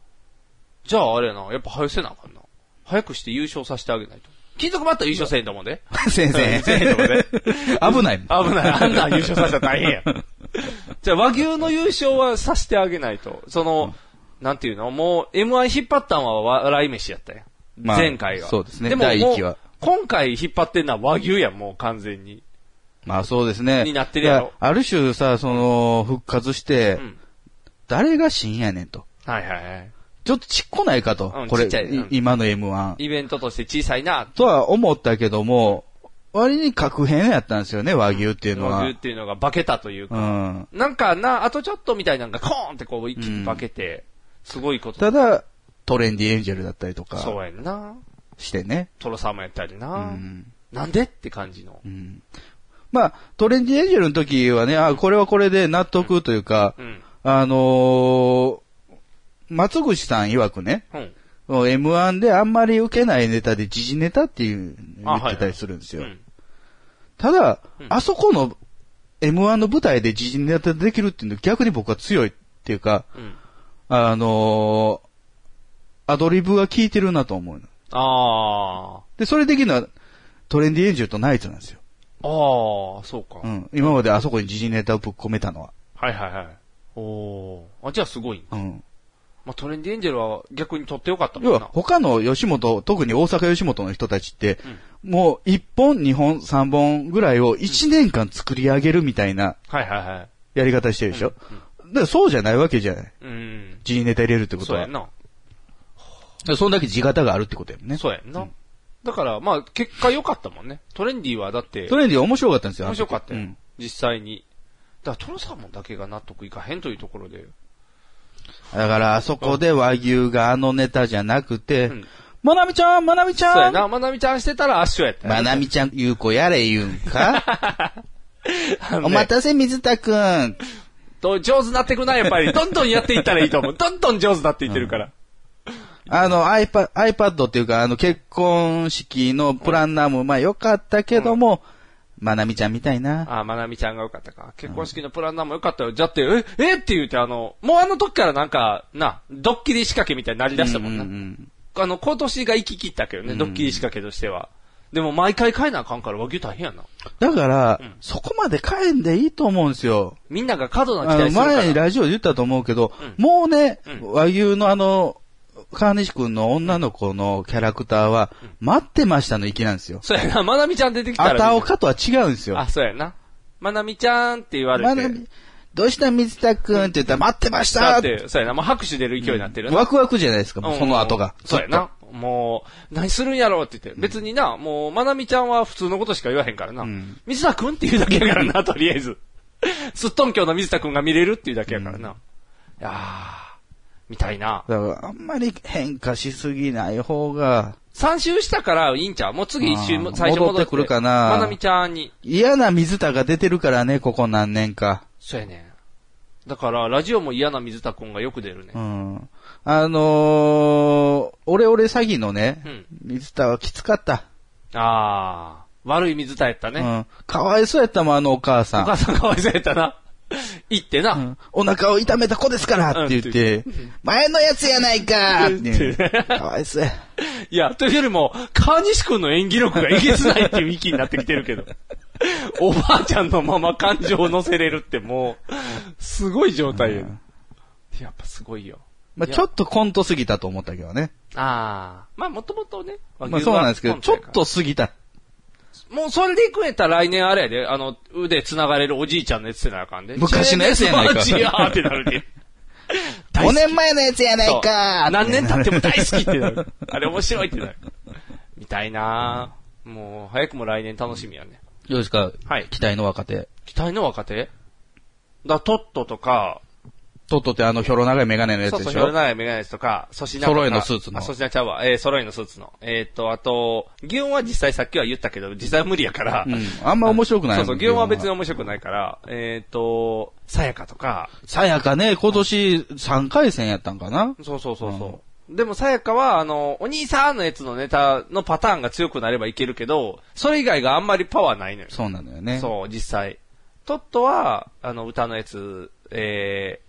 Speaker 3: じゃああれやな、やっぱ早せなあかんな。早くして優勝させてあげないと。金属バットは優勝せんと思うで。
Speaker 2: 先生。
Speaker 3: せんと思う で。
Speaker 2: 危ないもん
Speaker 3: 危ない。 あんなん優勝させたら大変や。 じゃあ和牛の優勝はさせてあげないと。その、なんていうのもう M1 引っ張ったんは笑い飯やったやん。
Speaker 2: まあ
Speaker 3: 前回は。
Speaker 2: そうですね
Speaker 3: も
Speaker 2: 第一期は
Speaker 3: もう今回引っ張ってんのは和牛やん、もう完全に。
Speaker 2: まあそうですね。
Speaker 3: になってるやろ
Speaker 2: いある種さ、その、復活して、誰が死んやねんと。
Speaker 3: はいはいはい。
Speaker 2: ちょっとちっこないかと。
Speaker 3: うん
Speaker 2: これ、
Speaker 3: ちっちゃいうん
Speaker 2: い今の M1。
Speaker 3: イベントとして小さいな、
Speaker 2: とは思ったけども、割に格変やったんですよね、和牛っていうの
Speaker 3: 和
Speaker 2: は。
Speaker 3: 牛っていうのが化けたという
Speaker 2: う
Speaker 3: か。
Speaker 2: ん。
Speaker 3: なんかな、あとちょっとみたいなのがコーンってこう一気に化けて、すごいこと。
Speaker 2: ただ、トレンディエンジェルだったりと
Speaker 3: そう
Speaker 2: か
Speaker 3: やんな。
Speaker 2: してね。
Speaker 3: トロサーもやったりな。
Speaker 2: うん
Speaker 3: なんでって感じの。
Speaker 2: まあ、トレンディエンジェルの時はね、あ、これはこれで納得というか、
Speaker 3: うん
Speaker 2: あのー松口さん曰くね、
Speaker 3: うん。
Speaker 2: M1 であんまり受けないネタで時事ネタっていう言
Speaker 3: あはいはい
Speaker 2: ってたりするんですよ。
Speaker 3: うん
Speaker 2: ただ、あそこの M1 の舞台で時事ネタできるっていうの逆に僕は強いっていうか、
Speaker 3: うん。
Speaker 2: あのーアドリブが効いてるなと思うの。
Speaker 3: あ
Speaker 2: で、それできるのはトレンディエンジェルとナイツなんですよ。
Speaker 3: あ。ああ、そうか。
Speaker 2: うん。今まであそこに時事ネタをぶっ込めたのは。
Speaker 3: はいはいはい。おおー。あ、じゃあすごい。
Speaker 2: うん。
Speaker 3: まあ、トレンディエンジェルは逆に取ってよかったも
Speaker 2: 要
Speaker 3: ん
Speaker 2: は、
Speaker 3: な。
Speaker 2: 他の吉本、特に大阪吉本の人たちって、もう1本、2本、3本ぐらいを1年間作り上げるみたいな
Speaker 3: はいはいはい。
Speaker 2: やり方してるでしょ、だからそうじゃないわけじゃない。
Speaker 3: うん。
Speaker 2: 字にネタ入れるってこと
Speaker 3: そうや
Speaker 2: は。
Speaker 3: んな。
Speaker 2: そんだけ字型があるってことやもんね。
Speaker 3: そうやんな。だから、まあ、結果良かったもんね。トレンディはだって。
Speaker 2: トレンディ面白かったんですよ。
Speaker 3: 面白かったよ。
Speaker 2: うん
Speaker 3: 実際に。だから、トロサーモンだけが納得いかへんというところで。
Speaker 2: だから、あそこで和牛があのネタじゃなくて、まなみちゃん、まなみち
Speaker 3: そう
Speaker 2: ゃ
Speaker 3: や
Speaker 2: ん
Speaker 3: な、まなみちゃんしてたら圧勝やったよ。
Speaker 2: ま なみちゃん、ゆうこやれ言うんか
Speaker 3: あの ね
Speaker 2: お待たせ、水田くん。
Speaker 3: と上手になってくな、やっぱり。どんどんやっていったらいいと思う。どんどん上手になっていってるから。
Speaker 2: あの、iPad、iPad っていうか、あの、結婚式のプランナーも、まあ、良かったけども、まなみちゃんみたいな。
Speaker 3: ああ、まなみちゃんが良かったか。結婚式のプランナーも良かったよ。じゃって、え、えって言うて、あの、もうあの時からなんか、な、ドッキリ仕掛けみたいになりだしたもんな。あの、今年が行き切ったけどね、ドッキリ仕掛けとしては。でも毎回買えなあかんから和牛大変やな。
Speaker 2: だから、そこまで変えんでいいと思うんですよ。
Speaker 3: みんなが過度な
Speaker 2: あ
Speaker 3: 期
Speaker 2: の、
Speaker 3: 待するから。
Speaker 2: 前にラジオで言ったと思うけど、もうね、和牛のあの、川西くんの女の子のキャラクターは、待ってましたの息なんですよ。
Speaker 3: そうやな、まなみちゃん出てきたら
Speaker 2: あ
Speaker 3: みんな。
Speaker 2: たおかとは違うんですよ。
Speaker 3: あ、そうやな。まなみちゃんって言われ
Speaker 2: ま
Speaker 3: て。
Speaker 2: なみどうした水田くんって言ったら、待ってました
Speaker 3: だって、そうやな、もう拍手出る勢いになってるな
Speaker 2: ワクワクじゃないですか、もうその後が。
Speaker 3: うんそうやな。もう、何するんやろうって言って。別にな、もう、まなみちゃんは普通のことしか言わへんからな。水田くんって言うだけやからな、とりあえず。すっとんきょうの水田くんが見れるっていうだけやからな。いやー、みたいな。
Speaker 2: だから、あんまり変化しすぎない方が、
Speaker 3: 3周したからいいんちゃうもう次1周も、
Speaker 2: あー
Speaker 3: 最初戻って。
Speaker 2: 戻ってくるかな
Speaker 3: まなみちゃんに。
Speaker 2: 嫌な水田が出てるからね、ここ何年か。
Speaker 3: そうやねん。だから、ラジオも嫌な水田くんがよく出るね。
Speaker 2: うん。あのー、俺俺詐欺のね、
Speaker 3: うん
Speaker 2: 水田はきつかった。
Speaker 3: あー、悪い水田やったね。
Speaker 2: うん。かわいそうやったもん、あのお母さん。
Speaker 3: お母さんかわいそうやったな。行ってな。
Speaker 2: お腹を痛めた子ですからって言って、前のやつやないかーって。かわいそうや。
Speaker 3: いや、というよりも、川西くんの演技力がいけずないっていう域になってき てるけど。おばあちゃんのまま感情を乗せれるってもう、すごい状態やん。やっぱすごいよ。
Speaker 2: まあ、ちょっとコントすぎたと思ったけどね。
Speaker 3: ああ。まあ、もともとね。
Speaker 2: まあ、そうなんですけど、ちょっと過ぎた。
Speaker 3: もうそれで食えたら来年あれやで、あの、腕繋がれるおじいちゃんのやつってなあかんで。
Speaker 2: 昔のやつやないか
Speaker 3: マジやーってな るで。
Speaker 2: 5年前のやつやない
Speaker 3: そ
Speaker 2: か
Speaker 3: う何年経っても大好きってな る。あれ面白いってなる。みたいなーもう、早くも来年楽しみやね。
Speaker 2: どうですか期待の若手。
Speaker 3: 期待の若手だ、トットとか、
Speaker 2: トットってあの、ひょろ長いメガネのやつ
Speaker 3: そう
Speaker 2: でし
Speaker 3: そ
Speaker 2: ょ
Speaker 3: う、夜長いメガネとか、粗品とか。
Speaker 2: 揃いのスーツの
Speaker 3: あ、粗品ちゃうわ。えー、揃いのスーツの。えっ、と、あと、祇園は実際さっきは言ったけど、実際は無理やから。
Speaker 2: うん。あんま面白くない
Speaker 3: そうそう、祇園は別に面白くないから、えっ、と、さやかとか、
Speaker 2: さやかね、今年3回戦やったんかな
Speaker 3: そうそうそうそう。でも、さやかは、あの、お兄さんのやつのネタのパターンが強くなればいけるけど、それ以外があんまりパワーないのよ。
Speaker 2: そうなのよね。
Speaker 3: そう、実際。トットは、あの、歌のやつ、えー、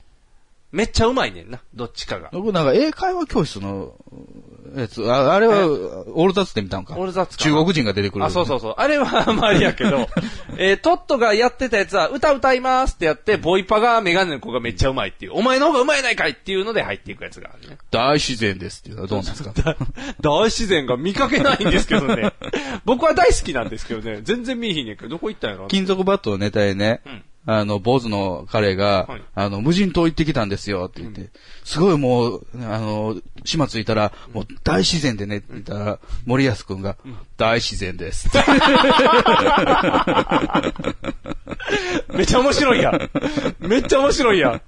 Speaker 3: めっちゃうまいねんな、どっちかが。
Speaker 2: 僕なんか英会話教室のやつ、ああれは、オールザッツで見たんか。
Speaker 3: オールザッツか
Speaker 2: 中国人が出てくる、
Speaker 3: あ、そうそうそう。あれはあんまりやけ ど、えー、トットがやってたやつは、歌歌いますってやって、ボイパがメガネの子がめっちゃうまいっていう、お前の方がうまいやないかいっていうので入っていくやつがあるね。
Speaker 2: 大自然ですっていうのはどうなんですか
Speaker 3: 大自然が見かけないんですけど ね。僕は大好きなんですけどね。全然見えひんねんけど、どこ行ったんやろ
Speaker 2: 金属バットのネタでね、あの、坊主の彼が、あの、無人島行ってきたんですよって言って、すごいもう、あの、島着いたら、もう大自然でねって言ったら、森保くんが、大自然です って。
Speaker 3: めっちゃ面白いやん。 めっちゃ面白いやん。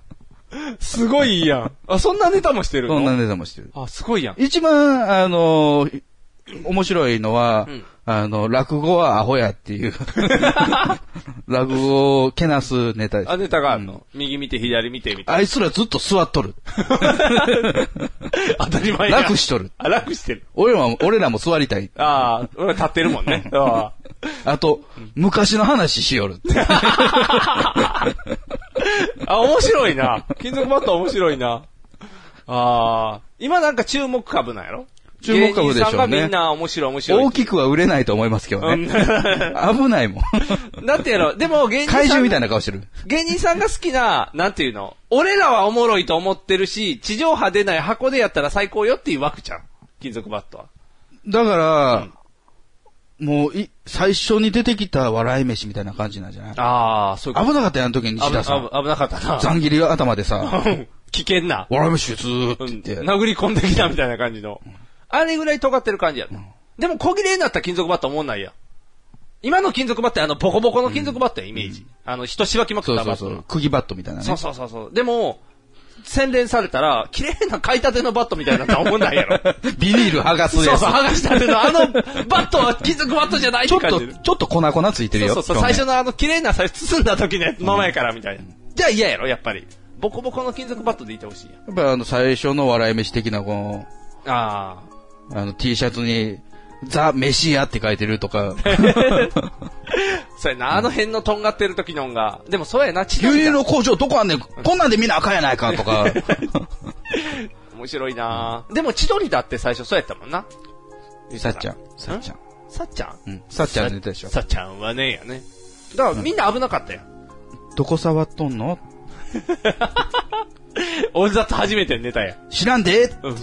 Speaker 3: すごいやん。あ、そんなネタもしてるの
Speaker 2: そんなネタもしてる。
Speaker 3: あ、すごいやん。
Speaker 2: 一番、あの、面白いのは、あの、落語はアホやって いう。落語をけなすネタです
Speaker 3: あ、。ネタがあるの、右見て左見てみたい
Speaker 2: あいつらずっと座っとる。
Speaker 3: な。 当たり前やん
Speaker 2: 楽しとる。
Speaker 3: あ、楽してる。
Speaker 2: 俺らも、俺らも座りたい。
Speaker 3: ああ、俺は立ってるもん ね。あ
Speaker 2: あと、昔の話しよる。
Speaker 3: ーあ、面白いな。 金属バット面白いな。ああ、今なんか注目株なんやろ
Speaker 2: 注目株でしょうね
Speaker 3: 芸人さんがみんな面白い面白い
Speaker 2: 大
Speaker 3: って。
Speaker 2: きくは売れないと思いますけどね。危ないもん。
Speaker 3: だってやろ、でも芸人さ ん。
Speaker 2: 怪獣みたいな顔してる。
Speaker 3: 芸人さんが好きな、なんていうの俺らはおもろいと思ってるし、地上波出ない箱でやったら最高よっていう枠じゃん。金属バットは。
Speaker 2: だから、もうい、最初に出てきた笑い飯みたいな感じなんじゃない
Speaker 3: ああ、そういうこと
Speaker 2: 危なかったやん、あの時に石田さ
Speaker 3: 危
Speaker 2: ん。
Speaker 3: 危危なかったな。
Speaker 2: 残切り頭でさ、
Speaker 3: 危険な。
Speaker 2: 笑い飯ずーって言って。
Speaker 3: 殴り込んできたみたいな感じの。あれぐらい尖ってる感じやな。でも小切れになった金属バット思んないやん。今の金属バットってあのボコボコの金属バットや、イメージ。あの、人しばきまく
Speaker 2: そ
Speaker 3: っ
Speaker 2: う
Speaker 3: た
Speaker 2: そ
Speaker 3: バ
Speaker 2: う
Speaker 3: ット
Speaker 2: そ
Speaker 3: の。
Speaker 2: う。釘バットみたいなね。
Speaker 3: そうそうそうそう。でも、洗練されたら、綺麗な買いたてのバットみたいになったら思んない やろ。
Speaker 2: ビニール剥がす
Speaker 3: そう
Speaker 2: やつ。
Speaker 3: そう、剥がしたての、あの、バットは金属バットじゃないっ
Speaker 2: ちょ
Speaker 3: て
Speaker 2: っ
Speaker 3: 感
Speaker 2: と、
Speaker 3: じる。
Speaker 2: ちょっと粉々ついてるよ。
Speaker 3: そうそうそう、
Speaker 2: 表面
Speaker 3: 最初のあの、綺麗なさ、包んだ時のままやから、みたいな。じゃあ嫌やろ、やっぱり。ボコボコの金属バットでいてほしいやん。
Speaker 2: やっぱりあの、最初の笑い飯的な、この、
Speaker 3: あ
Speaker 2: あの、T シャツに、ザ・メシアって書いてると か、
Speaker 3: あ。そうやな、あの辺のとんがってる時のんが。でもそうやな、ち
Speaker 2: 牛乳の工場どこあんねん、こんなんでみんな赤やないかと か、
Speaker 3: 面白いなでも千鳥だって最初そうやったもんな。
Speaker 2: さっちゃん、さっちゃん。
Speaker 3: さっちゃん
Speaker 2: うん、さっちゃんのネタでしょ。
Speaker 3: さっちゃんはねやね。だからみんな危なかったやん。
Speaker 2: どこ触っとんの
Speaker 3: オンザッツ初めてのネタや。
Speaker 2: 知らんで
Speaker 3: うん。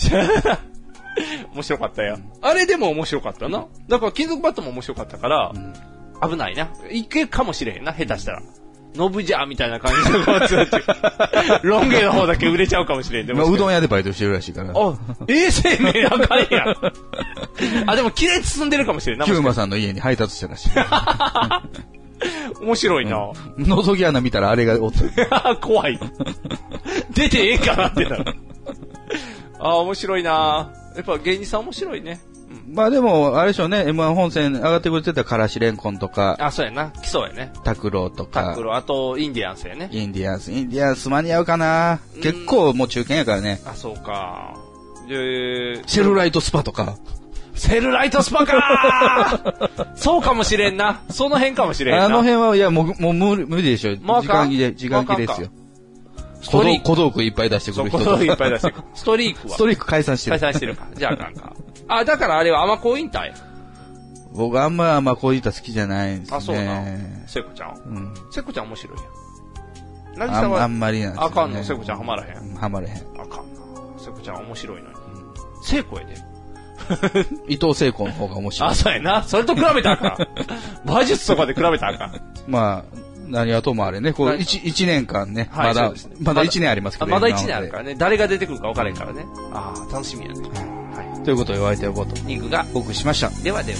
Speaker 3: 面白かったよ。あれでも面白かったな。だから金属バットも面白かったから、危ないな。いけるかもしれへんな、下手したら。ノブじゃーみたいな感じのこうずっ とロン毛の方だけ売れちゃうかもしれんで
Speaker 2: 今、
Speaker 3: もし
Speaker 2: う
Speaker 3: かし
Speaker 2: どん屋でバイトしてるらしいから
Speaker 3: た、ら。あ、衛生面あかんや ん。あ、でも綺麗に進んでるかもしれんな。
Speaker 2: ヒュー
Speaker 3: も
Speaker 2: マ
Speaker 3: し
Speaker 2: さんの家に配達してたらしい。
Speaker 3: か面白いな。
Speaker 2: 覗き穴見たらあれがおった。
Speaker 3: 怖い。出てええかなってなる。あー、面白いな。やっぱ芸人さん面白いね。
Speaker 2: まあでも、あれでしょうね、M1 本線上がってくれてたからしれんこんとか、
Speaker 3: あ、そうやな。来そうやね。
Speaker 2: 拓郎と
Speaker 3: タッ
Speaker 2: か
Speaker 3: ク、ル、あと、インディアンスやね。
Speaker 2: インディアンス、インディアンス間に合うかな結構もう中堅やからね。
Speaker 3: あ、そうか。で、
Speaker 2: セルライトスパとか。
Speaker 3: セルライトスパかー そうかもしれんな。その辺かもしれんな。
Speaker 2: あの辺は、いや、もう、もう無理無理でしょ。時
Speaker 3: まああか
Speaker 2: 間
Speaker 3: ん
Speaker 2: 切れ、時間切れですよ。
Speaker 3: ト
Speaker 2: 小道
Speaker 3: リーク
Speaker 2: 小道具いっぱい出してく
Speaker 3: そ
Speaker 2: る
Speaker 3: こ
Speaker 2: 人と
Speaker 3: のいっぱい出してくる。ストリークは。
Speaker 2: ストリーク解散してる。
Speaker 3: 解散してるか。じゃああかんか。あ、だからあれはアマコインターや。
Speaker 2: 僕あんま、まあ、こういった好きじゃないんですね。
Speaker 3: あそうなセコちゃん。
Speaker 2: うん。
Speaker 3: セコちゃん面白いやん。なぎさは
Speaker 2: あんあんまりなんですよね
Speaker 3: あかんの、聖子ちゃんはまらへん。
Speaker 2: はまれへん。
Speaker 3: あかんな。聖子ちゃん面白いのに。聖子やで。
Speaker 2: 伊藤聖子の方が面白い。
Speaker 3: あ、そうやな。それと比べたらあ かん。馬術とかで比べたらあかん。
Speaker 2: まあ、何はともあれね、こう、一一年間ね、
Speaker 3: は
Speaker 2: ま
Speaker 3: いそう
Speaker 2: だ
Speaker 3: ですね、
Speaker 2: まだ一年ありますけど
Speaker 3: まだ
Speaker 2: 今
Speaker 3: 1
Speaker 2: まで
Speaker 3: 年あるからね。誰が出てくるか分からへんからね。ああ、楽しみやね。はい。
Speaker 2: ということで、お相手はボート。
Speaker 3: リンクが
Speaker 2: お送りしました。
Speaker 3: ではでは。